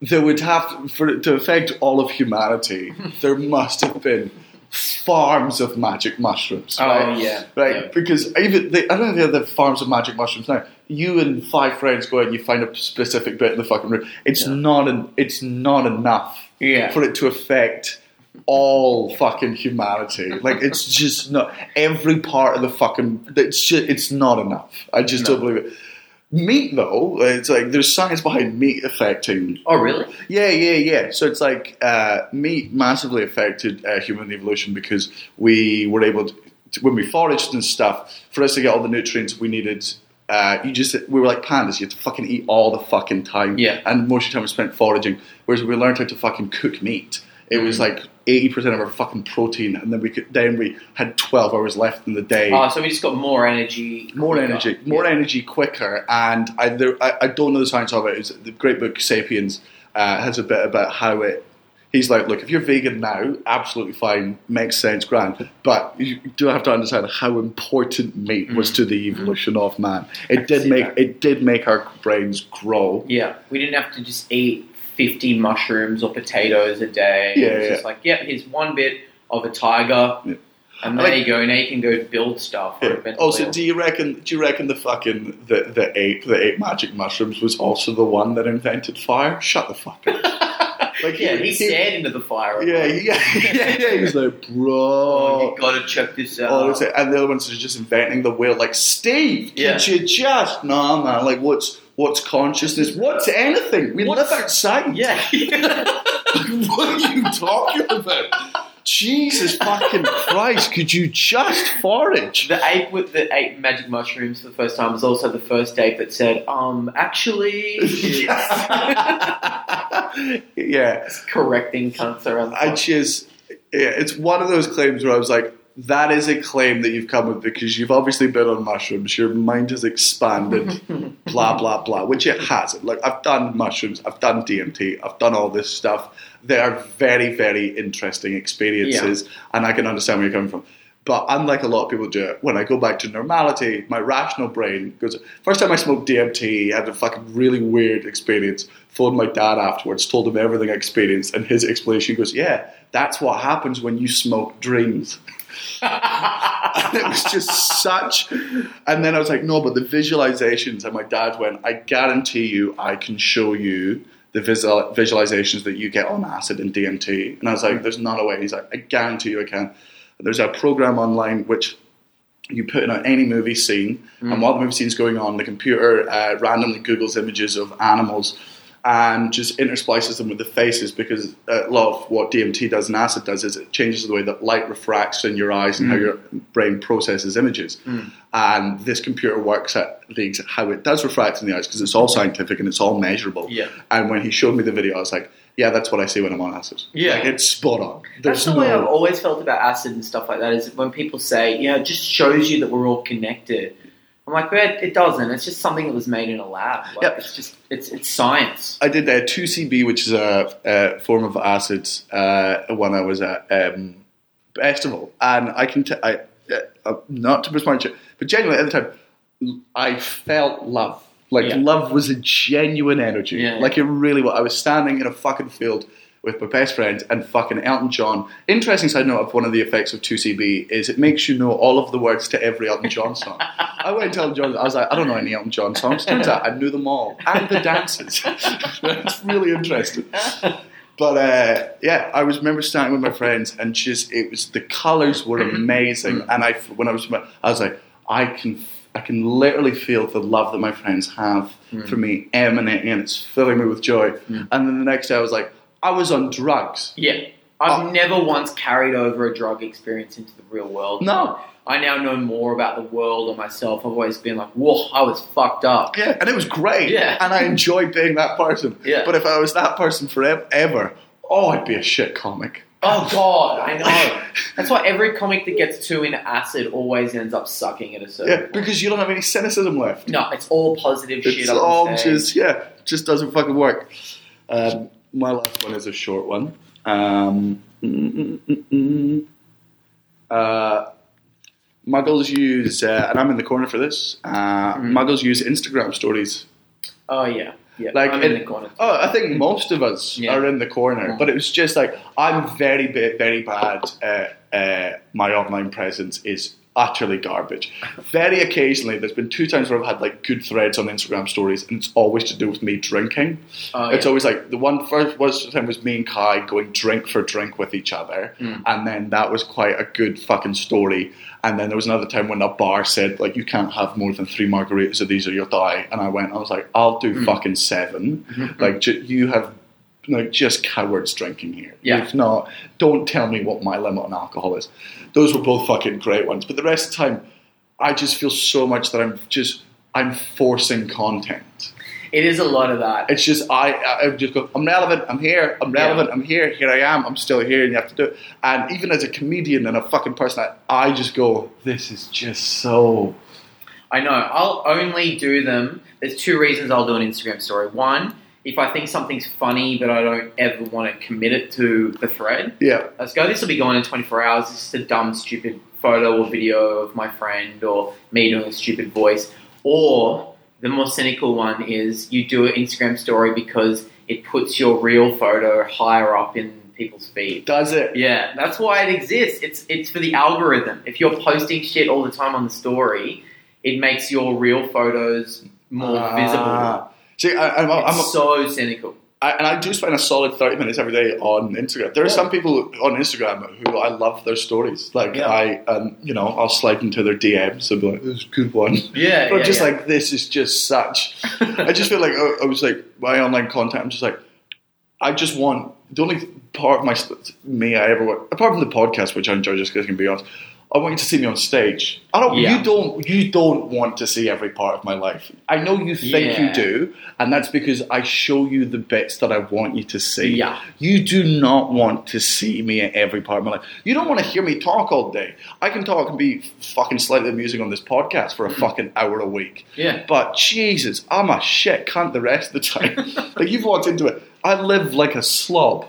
Speaker 3: there would have to, for it to affect all of humanity. there must have been farms of magic mushrooms.
Speaker 4: Oh,
Speaker 3: right?
Speaker 4: yeah.
Speaker 3: right.
Speaker 4: Yeah.
Speaker 3: Because even they, I don't know if they're the farms of magic mushrooms now. you and five friends go out and you find a specific bit in the fucking room. It's not an, it's not enough
Speaker 4: Yeah.
Speaker 3: for it to affect all fucking humanity. Like it's just not every part of the fucking it's just, it's not enough. I just don't believe it. Meat though, it's like there's science behind meat affecting.
Speaker 4: Oh, really?
Speaker 3: Yeah, yeah, yeah. So it's like uh, meat massively affected uh, human evolution because we were able to, when we foraged and stuff for us to get all the nutrients we needed. Uh, you just we were like pandas. You had to fucking eat all the fucking time.
Speaker 4: Yeah.
Speaker 3: And most of the time we spent foraging. Whereas we learned how to fucking cook meat. It was like eighty percent of our fucking protein, and then we could then we had twelve hours left in the day
Speaker 4: Oh, so we just got more energy.
Speaker 3: more
Speaker 4: quicker.
Speaker 3: energy, more energy quicker. And I, there, I, I don't know the science of it. It's the great book *Sapiens* uh, has a bit about how it. He's like, look, if you're vegan now, absolutely fine, makes sense, grand. But you do have to understand how important meat was to the evolution of man. It did
Speaker 4: Mm. see
Speaker 3: make
Speaker 4: that.
Speaker 3: it did make our brains grow.
Speaker 4: Yeah, we didn't have to just eat 50 mushrooms or potatoes a day.
Speaker 3: Yeah,
Speaker 4: it was
Speaker 3: yeah.
Speaker 4: just like, yep, here's one bit of a tiger,
Speaker 3: Yeah.
Speaker 4: and there
Speaker 3: Like-
Speaker 4: you go. Now you can go build stuff. or invent
Speaker 3: Also,
Speaker 4: oil.
Speaker 3: do you reckon? Do you reckon the fucking the, the ape that ate magic mushrooms was also the one that invented fire? Shut the fuck up. Like,
Speaker 4: yeah, he stared into the fire.
Speaker 3: Yeah, yeah, yeah, yeah. He's like,
Speaker 4: Oh,
Speaker 3: bro.
Speaker 4: you gotta check this out.
Speaker 3: Oh, that's it. And the other ones are just inventing the wheel. Like, Steve,
Speaker 4: Yeah.
Speaker 3: could you just nah, man? Like, what's what's consciousness? What's anything? We
Speaker 4: What's-
Speaker 3: live outside.
Speaker 4: yeah.
Speaker 3: what are you talking about? Jesus fucking Christ! Could you just forage?
Speaker 4: the ape with the ape magic mushrooms for the first time was also the first ape that said, um, actually, it's-
Speaker 3: yeah.
Speaker 4: correcting cunts around the
Speaker 3: I just, yeah, it's one of those claims where I was like, that is a claim that you've come with because you've obviously been on mushrooms. Your mind has expanded, blah, blah, blah, which it hasn't. Like, I've done mushrooms, I've done DMT, I've done all this stuff. They are very, very interesting experiences, and I can understand where you're coming from. But unlike a lot of people do it, when I go back to normality, my rational brain goes. First time I smoked DMT, I had a fucking really weird experience. Phoned my dad afterwards, told him everything I experienced, and his explanation goes, "Yeah, that's what happens when you smoke dreams." and it was just such. And then I was like, "No, but the visualizations." And my dad went, "I guarantee you, I can show you." The visual, visualizations that you get on acid and DMT. And I was like, there's not a way. He's like, I guarantee you I can there's a program online which you put in any movie scene,
Speaker 4: Mm.
Speaker 3: and while the movie scene's going on, the computer uh, randomly Googles images of animals and just intersplices them with the faces because a lot of what DMT does and acid does is it changes the way that light refracts in your eyes
Speaker 4: Mm.
Speaker 3: and how your brain processes images. And this computer works at the ex- how it does refract in the eyes because it's all scientific and it's all measurable.
Speaker 4: Yeah.
Speaker 3: And when he showed me the video, I was like, yeah, that's what I see when I'm on acid.
Speaker 4: Yeah.
Speaker 3: Like, it's spot on.
Speaker 4: That's
Speaker 3: There's
Speaker 4: the way
Speaker 3: no-
Speaker 4: I've always felt about acid and stuff like that. Is when people say, "Yeah, it just shows you that we're all connected." I'm like, but it doesn't. It's just something that was made in a lab. Like,
Speaker 3: Yep.
Speaker 4: It's just it's it's science.
Speaker 3: I did uh, 2CB, which is a, uh form of acid, uh, when I was at um, Festival. And I can tell, uh, not to besmirch it, but genuinely at the time, I felt love. Like,
Speaker 4: Yeah.
Speaker 3: love was a genuine energy.
Speaker 4: Yeah.
Speaker 3: Like, it really was. I was standing in a fucking field with my best friend and fucking Elton John. Interesting side note of one of the effects of 2CB is it makes you know all of the words to every Elton John song. I went to Elton John, I was like, I don't know any Elton John songs. Turns out I knew them all and the dances. That's really interesting. But uh, yeah, I was remember starting with my friends, and just it was the colors were amazing. and I, when I was, I was like, I can, I can literally feel the love that my friends have
Speaker 4: Mm.
Speaker 3: for me emanating, and it's filling me with joy. And then the next day, I was like, I was on drugs.
Speaker 4: Yeah, I've
Speaker 3: Oh.
Speaker 4: never once carried over a drug experience into the real world.
Speaker 3: No.
Speaker 4: I now know more about the world and myself. I've always been like, "Whoa, I was fucked up."
Speaker 3: Yeah, and it was great.
Speaker 4: Yeah.
Speaker 3: and I enjoyed being that person.
Speaker 4: Yeah.
Speaker 3: But if I was that person forever, ever, oh, I'd be a shit comic.
Speaker 4: Oh God, I know. That's why every comic that gets too into acid always ends up sucking at a certain.
Speaker 3: Yeah,
Speaker 4: point.
Speaker 3: because you don't have any cynicism left.
Speaker 4: no, it's all positive shit.
Speaker 3: It's
Speaker 4: up on
Speaker 3: all
Speaker 4: stage.
Speaker 3: just yeah, just doesn't fucking work. Um, my last one is a short one. Um, mm, mm, mm, mm. Uh, muggles use, uh, and I'm in the corner for this. Uh,
Speaker 4: Mm-hmm.
Speaker 3: Muggles use Instagram stories.
Speaker 4: Oh yeah, yeah.
Speaker 3: Like
Speaker 4: I'm in
Speaker 3: it-
Speaker 4: the corner.
Speaker 3: Oh, I think most of us
Speaker 4: Yeah.
Speaker 3: are in the corner,
Speaker 4: Mm.
Speaker 3: but it was just like I'm very, ba- very bad. At, uh, my online uh, presence is utterly garbage. Very occasionally, there's been two times where I've had like good threads on Instagram stories, and it's always to do with me drinking.
Speaker 4: Oh,
Speaker 3: it's
Speaker 4: yeah.
Speaker 3: always like the one first was time was me and Kai going drink for drink with each other, and then that was quite a good fucking story. And then there was another time when a bar said like you can't have more than three margaritas of these or you'll die, and I went I was like I'll do fucking seven. like ju- you have like just cowards drinking here.
Speaker 4: Yeah.
Speaker 3: If not, don't tell me what my limit on alcohol is. Those were both fucking great ones. But the rest of the time, I just feel so much that I'm just I'm forcing content.
Speaker 4: It is a lot of that.
Speaker 3: It's just I I I just go I'm relevant. I'm here. I'm relevant. I'm here. Here I am. I'm still here. And you have to do it. And even as a comedian and a fucking person, I, I just go this is just so
Speaker 4: I know. I'll only do them. There's two reasons I'll do an Instagram story. One, if I think something's funny but I don't ever want to commit it to the thread,
Speaker 3: yeah
Speaker 4: let's go. This will be gone in 24 hours. It's just a dumb, stupid photo or video of my friend or me doing a stupid voice. Or the more cynical one is you do an Instagram story because it puts your real photo higher up in people's feed.
Speaker 3: does it
Speaker 4: Yeah, that's why it exists. It's it's for the algorithm. If you're posting shit all the time on the story, it makes your real photos more visible.
Speaker 3: Ah. See, I, I'm,
Speaker 4: It's
Speaker 3: I'm,
Speaker 4: so cynical.
Speaker 3: I, and I do spend a solid 30 minutes every day on Instagram. There are some people on Instagram who I love their stories. Like,
Speaker 4: Yeah.
Speaker 3: I, um, you know, I'll slide into their DMs and be like, this is a good one.
Speaker 4: Yeah,
Speaker 3: But
Speaker 4: yeah,
Speaker 3: just
Speaker 4: yeah.
Speaker 3: like, this is just such. I just feel like oh, I, I was like, my online content, I'm just like, I just want, the only part of my, me I ever want, apart from the podcast, which I enjoy just because I can be honest, I want you to see me on stage. I don't.
Speaker 4: Yeah.
Speaker 3: You don't. You don't want to see every part of my life. I know you think
Speaker 4: Yeah.
Speaker 3: you do, and that's because I show you the bits that I want you to see.
Speaker 4: Yeah.
Speaker 3: You do not want to see me at every part of my life. You don't want to hear me talk all day. I can talk and be fucking slightly amusing on this podcast for a fucking hour a week.
Speaker 4: Yeah.
Speaker 3: But Jesus, I'm a shit cunt the rest of the time. like you've walked into it. I live like a slob.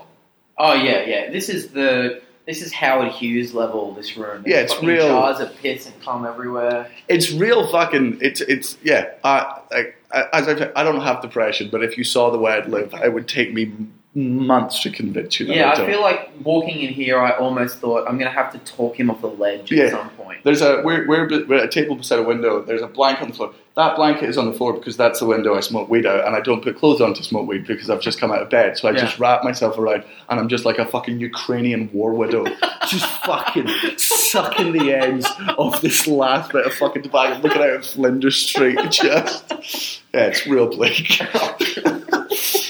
Speaker 4: oh yeah, yeah. This is the this is Howard Hughes level. This room.
Speaker 3: Yeah, it's
Speaker 4: Fucking
Speaker 3: real.
Speaker 4: Jars of piss and cum everywhere.
Speaker 3: It's real fucking. It's it's yeah. I like I- as I said, I don't have depression, but if you saw the way I'd live, it would take me m- months to convince you. That
Speaker 4: Yeah,
Speaker 3: I,
Speaker 4: I
Speaker 3: don't.
Speaker 4: feel like walking in here. I almost thought I'm gonna have to talk him off the ledge
Speaker 3: Yeah.
Speaker 4: at some point.
Speaker 3: There's a we're, we're, we're at a table beside a window. There's a blanket on the floor. That blanket is on the floor because that's the window I smoke weed out, and I don't put clothes on to smoke weed because I've just come out of bed. So I
Speaker 4: Yeah.
Speaker 3: just wrap myself around, and I'm just like a fucking Ukrainian war widow, just fucking sucking the ends of this last bit of fucking tobacco, looking out at Flinders Street. Just yeah, it's real bleak.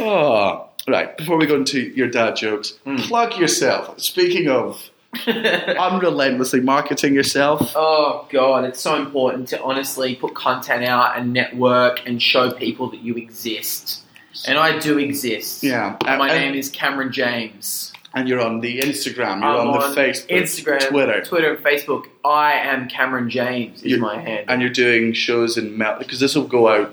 Speaker 3: oh, right. Before we go into your dad jokes, plug yourself. Speaking of unrelentlessly marketing yourself.
Speaker 4: Oh god, it's so important to honestly put content out and network and show people that you exist. And I do exist.
Speaker 3: Yeah.
Speaker 4: And my
Speaker 3: and,
Speaker 4: name is Cameron James.
Speaker 3: and you're on the Instagram, you're
Speaker 4: I'm
Speaker 3: on, the Facebook,
Speaker 4: Instagram,
Speaker 3: Twitter,
Speaker 4: Twitter, and Facebook. I am Cameron James. Is
Speaker 3: You're-
Speaker 4: my handle.
Speaker 3: and you're doing shows in Melbourne because this will go out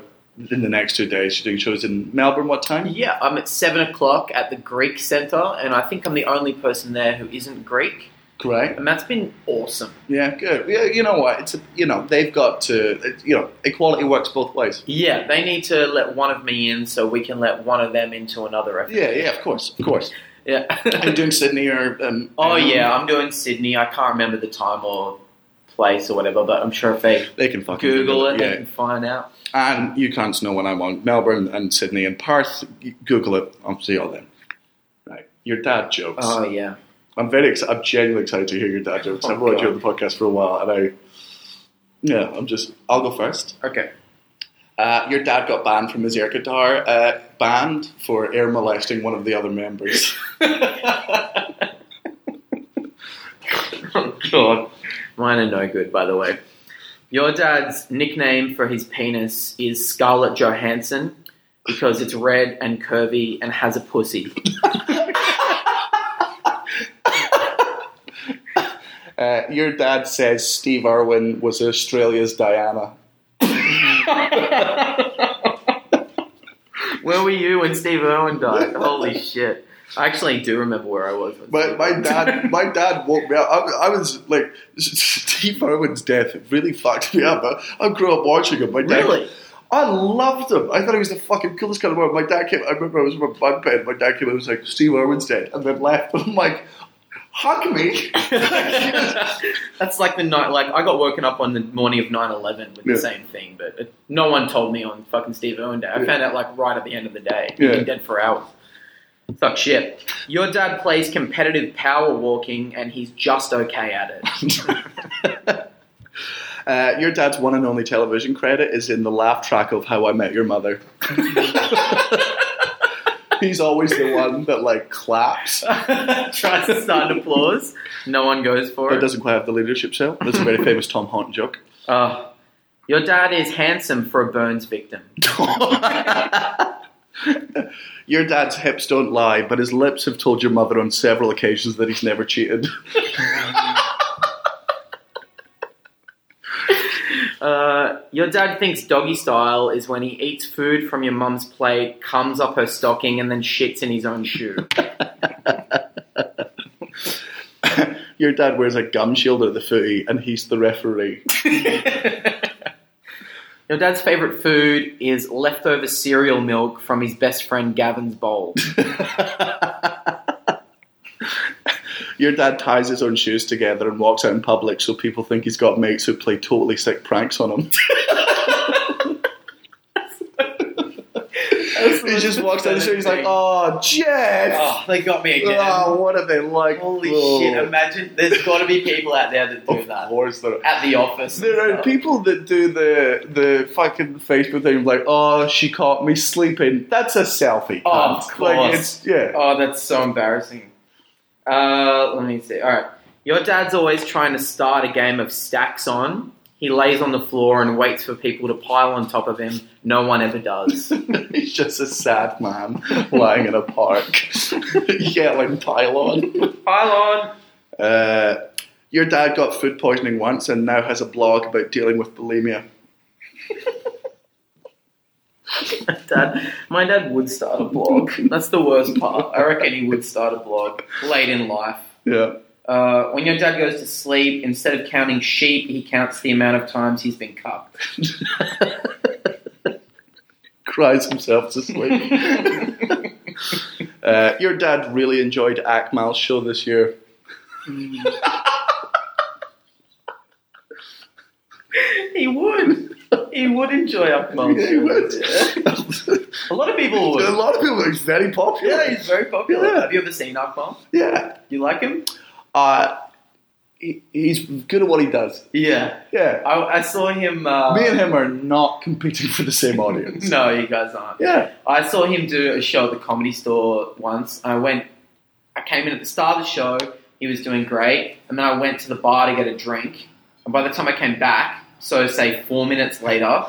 Speaker 3: in the next two days. You're doing shows in Melbourne. What time?
Speaker 4: yeah, I'm at seven o'clock at the Greek Centre, and I think I'm the only person there who isn't Greek,
Speaker 3: Great.
Speaker 4: and that's been awesome.
Speaker 3: Yeah, good. Yeah, you know what? It's a, you know they've got to it- you know equality works both ways.
Speaker 4: Yeah, they need to let one of me in so we can let one of them into another. I think.
Speaker 3: Yeah, yeah, of course, of course. Are you
Speaker 4: Yeah.
Speaker 3: doing Sydney or? Um,
Speaker 4: Oh
Speaker 3: um,
Speaker 4: yeah, I'm doing Sydney. I can't remember the time or place or whatever, but I'm sure if they
Speaker 3: they can fucking
Speaker 4: Google it, they
Speaker 3: Yeah,
Speaker 4: can find out.
Speaker 3: and you can't know when I'm on Melbourne and Sydney and Perth. Google it. I'll see all them. Right, your dad jokes.
Speaker 4: Oh yeah,
Speaker 3: I'm very excited. I'm genuinely excited to hear your dad jokes. I've
Speaker 4: Oh,
Speaker 3: wanted you on
Speaker 4: God.
Speaker 3: the podcast for a while, and I, yeah, I'm just. I'll go first.
Speaker 4: okay.
Speaker 3: Uh, your dad got banned from his air guitar uh, band for air molesting one of the other members.
Speaker 4: oh god, mine are no good. By the way, your dad's nickname for his penis is Scarlett Johansson because it's red and curvy and has a pussy.
Speaker 3: uh, your dad says Steve Irwin was Australia's Diana.
Speaker 4: Where were you when Steve Irwin died? Holy shit! I actually do remember where I was. when
Speaker 3: My,
Speaker 4: Steve
Speaker 3: my
Speaker 4: Irwin-
Speaker 3: dad, my dad woke me up. I, was- I was like, Steve Irwin's death really fucked me up. I, I grew up watching him. My dad,
Speaker 4: really?
Speaker 3: I loved him. I thought he was the fucking coolest guy in the world. My dad came. I remember I was in my bunk bed. My dad came. and was like, Steve Irwin's dead, and then left. I'm like, hug me.
Speaker 4: That's like the night. Like I got woken up on the morning of 9-11 with
Speaker 3: Yeah.
Speaker 4: the same thing, but it- no one told me on fucking Steve Irwin Day. I
Speaker 3: Yeah.
Speaker 4: found out like right at the end of the day.
Speaker 3: Yeah.
Speaker 4: You've been dead for hours. Suck shit. Your dad plays competitive power walking, and he's just okay at it.
Speaker 3: Uh, your dad's one and only television credit is in the laugh track of How I Met Your Mother. He's always the one that like claps,
Speaker 4: Tries to start an applause. No one goes for
Speaker 3: but
Speaker 4: it.
Speaker 3: doesn't quite have the leadership skill. That's a very famous Tom Haunt joke.
Speaker 4: Uh, your dad is handsome for a burns victim.
Speaker 3: Your dad's hips don't lie, but his lips have told your mother on several occasions that he's never cheated.
Speaker 4: Uh, your dad thinks doggy style is when he eats food from your mum's plate, comes up her stocking, and then shits in his own shoe.
Speaker 3: Your dad wears a gum shield at the footy, and he's the referee.
Speaker 4: your dad's favourite food is leftover cereal milk from his best friend Gavin's bowl.
Speaker 3: Your dad ties his own shoes together and walks out in public so people think he's got mates who play totally sick pranks on him. he just walks down the street. He's like, "Oh, Jeff!
Speaker 4: they got me
Speaker 3: Oh, what are they like?
Speaker 4: Holy
Speaker 3: Oh,
Speaker 4: shit, imagine. There's got to be people out there that do
Speaker 3: Of
Speaker 4: that.
Speaker 3: course there are.
Speaker 4: At the office. and
Speaker 3: There are
Speaker 4: stuff.
Speaker 3: people that do the the fucking Facebook thing like, "Oh, she caught me sleeping." That's a selfie.
Speaker 4: Oh,
Speaker 3: cunt.
Speaker 4: of
Speaker 3: Like,
Speaker 4: course.
Speaker 3: it's, yeah.
Speaker 4: Oh, that's so embarrassing. Uh, let me see. All right. Your dad's always trying to start a game of stacks on. He lays on the floor and waits for people to pile on top of him. No one ever does.
Speaker 3: He's just a sad man lying in a park, yelling pylon.
Speaker 4: pile on.
Speaker 3: Uh, your dad got food poisoning once and now has a blog about dealing with bulimia.
Speaker 4: Dad, my dad would start a blog. That's the worst part. I reckon he would start a blog late in life.
Speaker 3: Yeah.
Speaker 4: Uh, when your dad goes to sleep, instead of counting sheep, he counts the amount of times he's been cupped.
Speaker 3: Cries himself to sleep. uh, your dad really enjoyed Akmal's show this year.
Speaker 4: he would. He would enjoy up
Speaker 3: Yeah, he would.
Speaker 4: A lot of people would.
Speaker 3: a lot of people, he's very popular.
Speaker 4: Yeah, he's very popular.
Speaker 3: Yeah.
Speaker 4: Have you ever seen Akmal?
Speaker 3: Yeah.
Speaker 4: Do you like him?
Speaker 3: Uh, he, he's good at what he does.
Speaker 4: Yeah.
Speaker 3: Yeah.
Speaker 4: I, I saw him. Uh,
Speaker 3: Me and him are not competing for the same audience.
Speaker 4: No, you guys aren't.
Speaker 3: Yeah.
Speaker 4: I saw him do a show at the comedy store once. I went. I came in at the start of the show. He was doing great, and then I went to the bar to get a drink. And by the time I came back, so say four minutes later,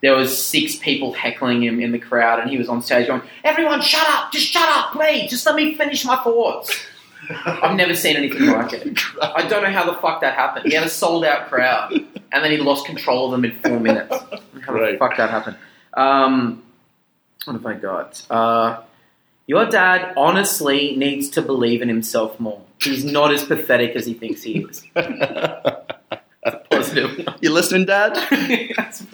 Speaker 4: there was six people heckling him in the crowd, and he was on stage going, "Everyone, shut up! Just shut up, please! Just let me finish my thoughts." I've never seen anything like it. I don't know how the fuck that happened. He had a sold out crowd, and then he lost control of them in four minutes. How the
Speaker 3: Right.
Speaker 4: fuck that happened? Um, what have I got? Uh, your dad honestly needs to believe in himself more. He's not as pathetic as he thinks he is. Positive.
Speaker 3: You listening, Dad?
Speaker 4: That's-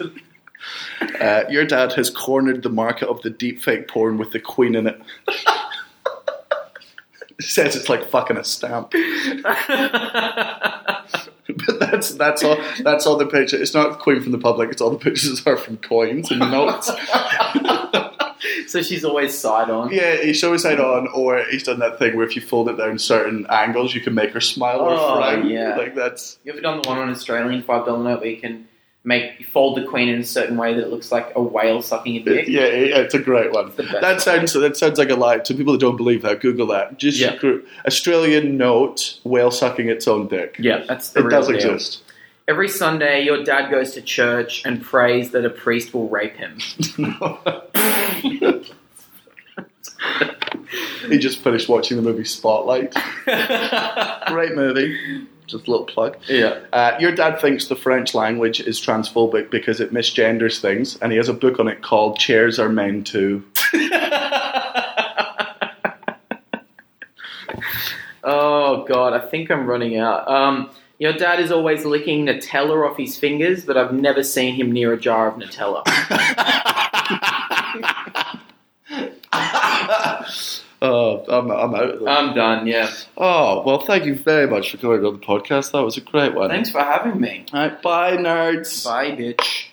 Speaker 3: Uh, your dad has cornered the market of the deepfake porn with the Queen in it. Says it's like fucking a stamp, but that's that's all. That's all the picture. It's not Queen from the public. It's all the pictures are from coins and notes.
Speaker 4: so she's always side on.
Speaker 3: yeah, he's always had on, or he's done that thing where if you fold it down certain angles, you can make her smile or
Speaker 4: Oh,
Speaker 3: frown.
Speaker 4: yeah.
Speaker 3: Like that's
Speaker 4: You ever done the one on Australian five dollar note where you can make fold the queen in a certain way that it looks like a whale sucking a dick?
Speaker 3: yeah, yeah, it's a great one.
Speaker 4: the best
Speaker 3: That sounds that sounds like a lie to people that don't believe that. Google that. Just
Speaker 4: Yeah.
Speaker 3: gr- Australian note whale sucking its own dick.
Speaker 4: Yeah, that's the
Speaker 3: it
Speaker 4: real
Speaker 3: does
Speaker 4: deal.
Speaker 3: exist.
Speaker 4: Every Sunday, your dad goes to church and prays that a priest will rape him.
Speaker 3: he just finished watching the movie Spotlight.
Speaker 4: yeah.
Speaker 3: Great movie. Just a little plug. Uh, your dad thinks the French language is transphobic because it misgenders things, and he has a book on it called Chairs Are Men Too.
Speaker 4: oh god, I think I'm running out. Um, your dad is always licking Nutella off his fingers, but I've never seen him near a jar of Nutella.
Speaker 3: Oh, I'm, I'm out of them.
Speaker 4: I'm done. Yeah.
Speaker 3: oh, well, thank you very much for coming on the podcast. That was a great one.
Speaker 4: Thanks for having me.
Speaker 3: All right, bye, nerds.
Speaker 4: Bye, bitch.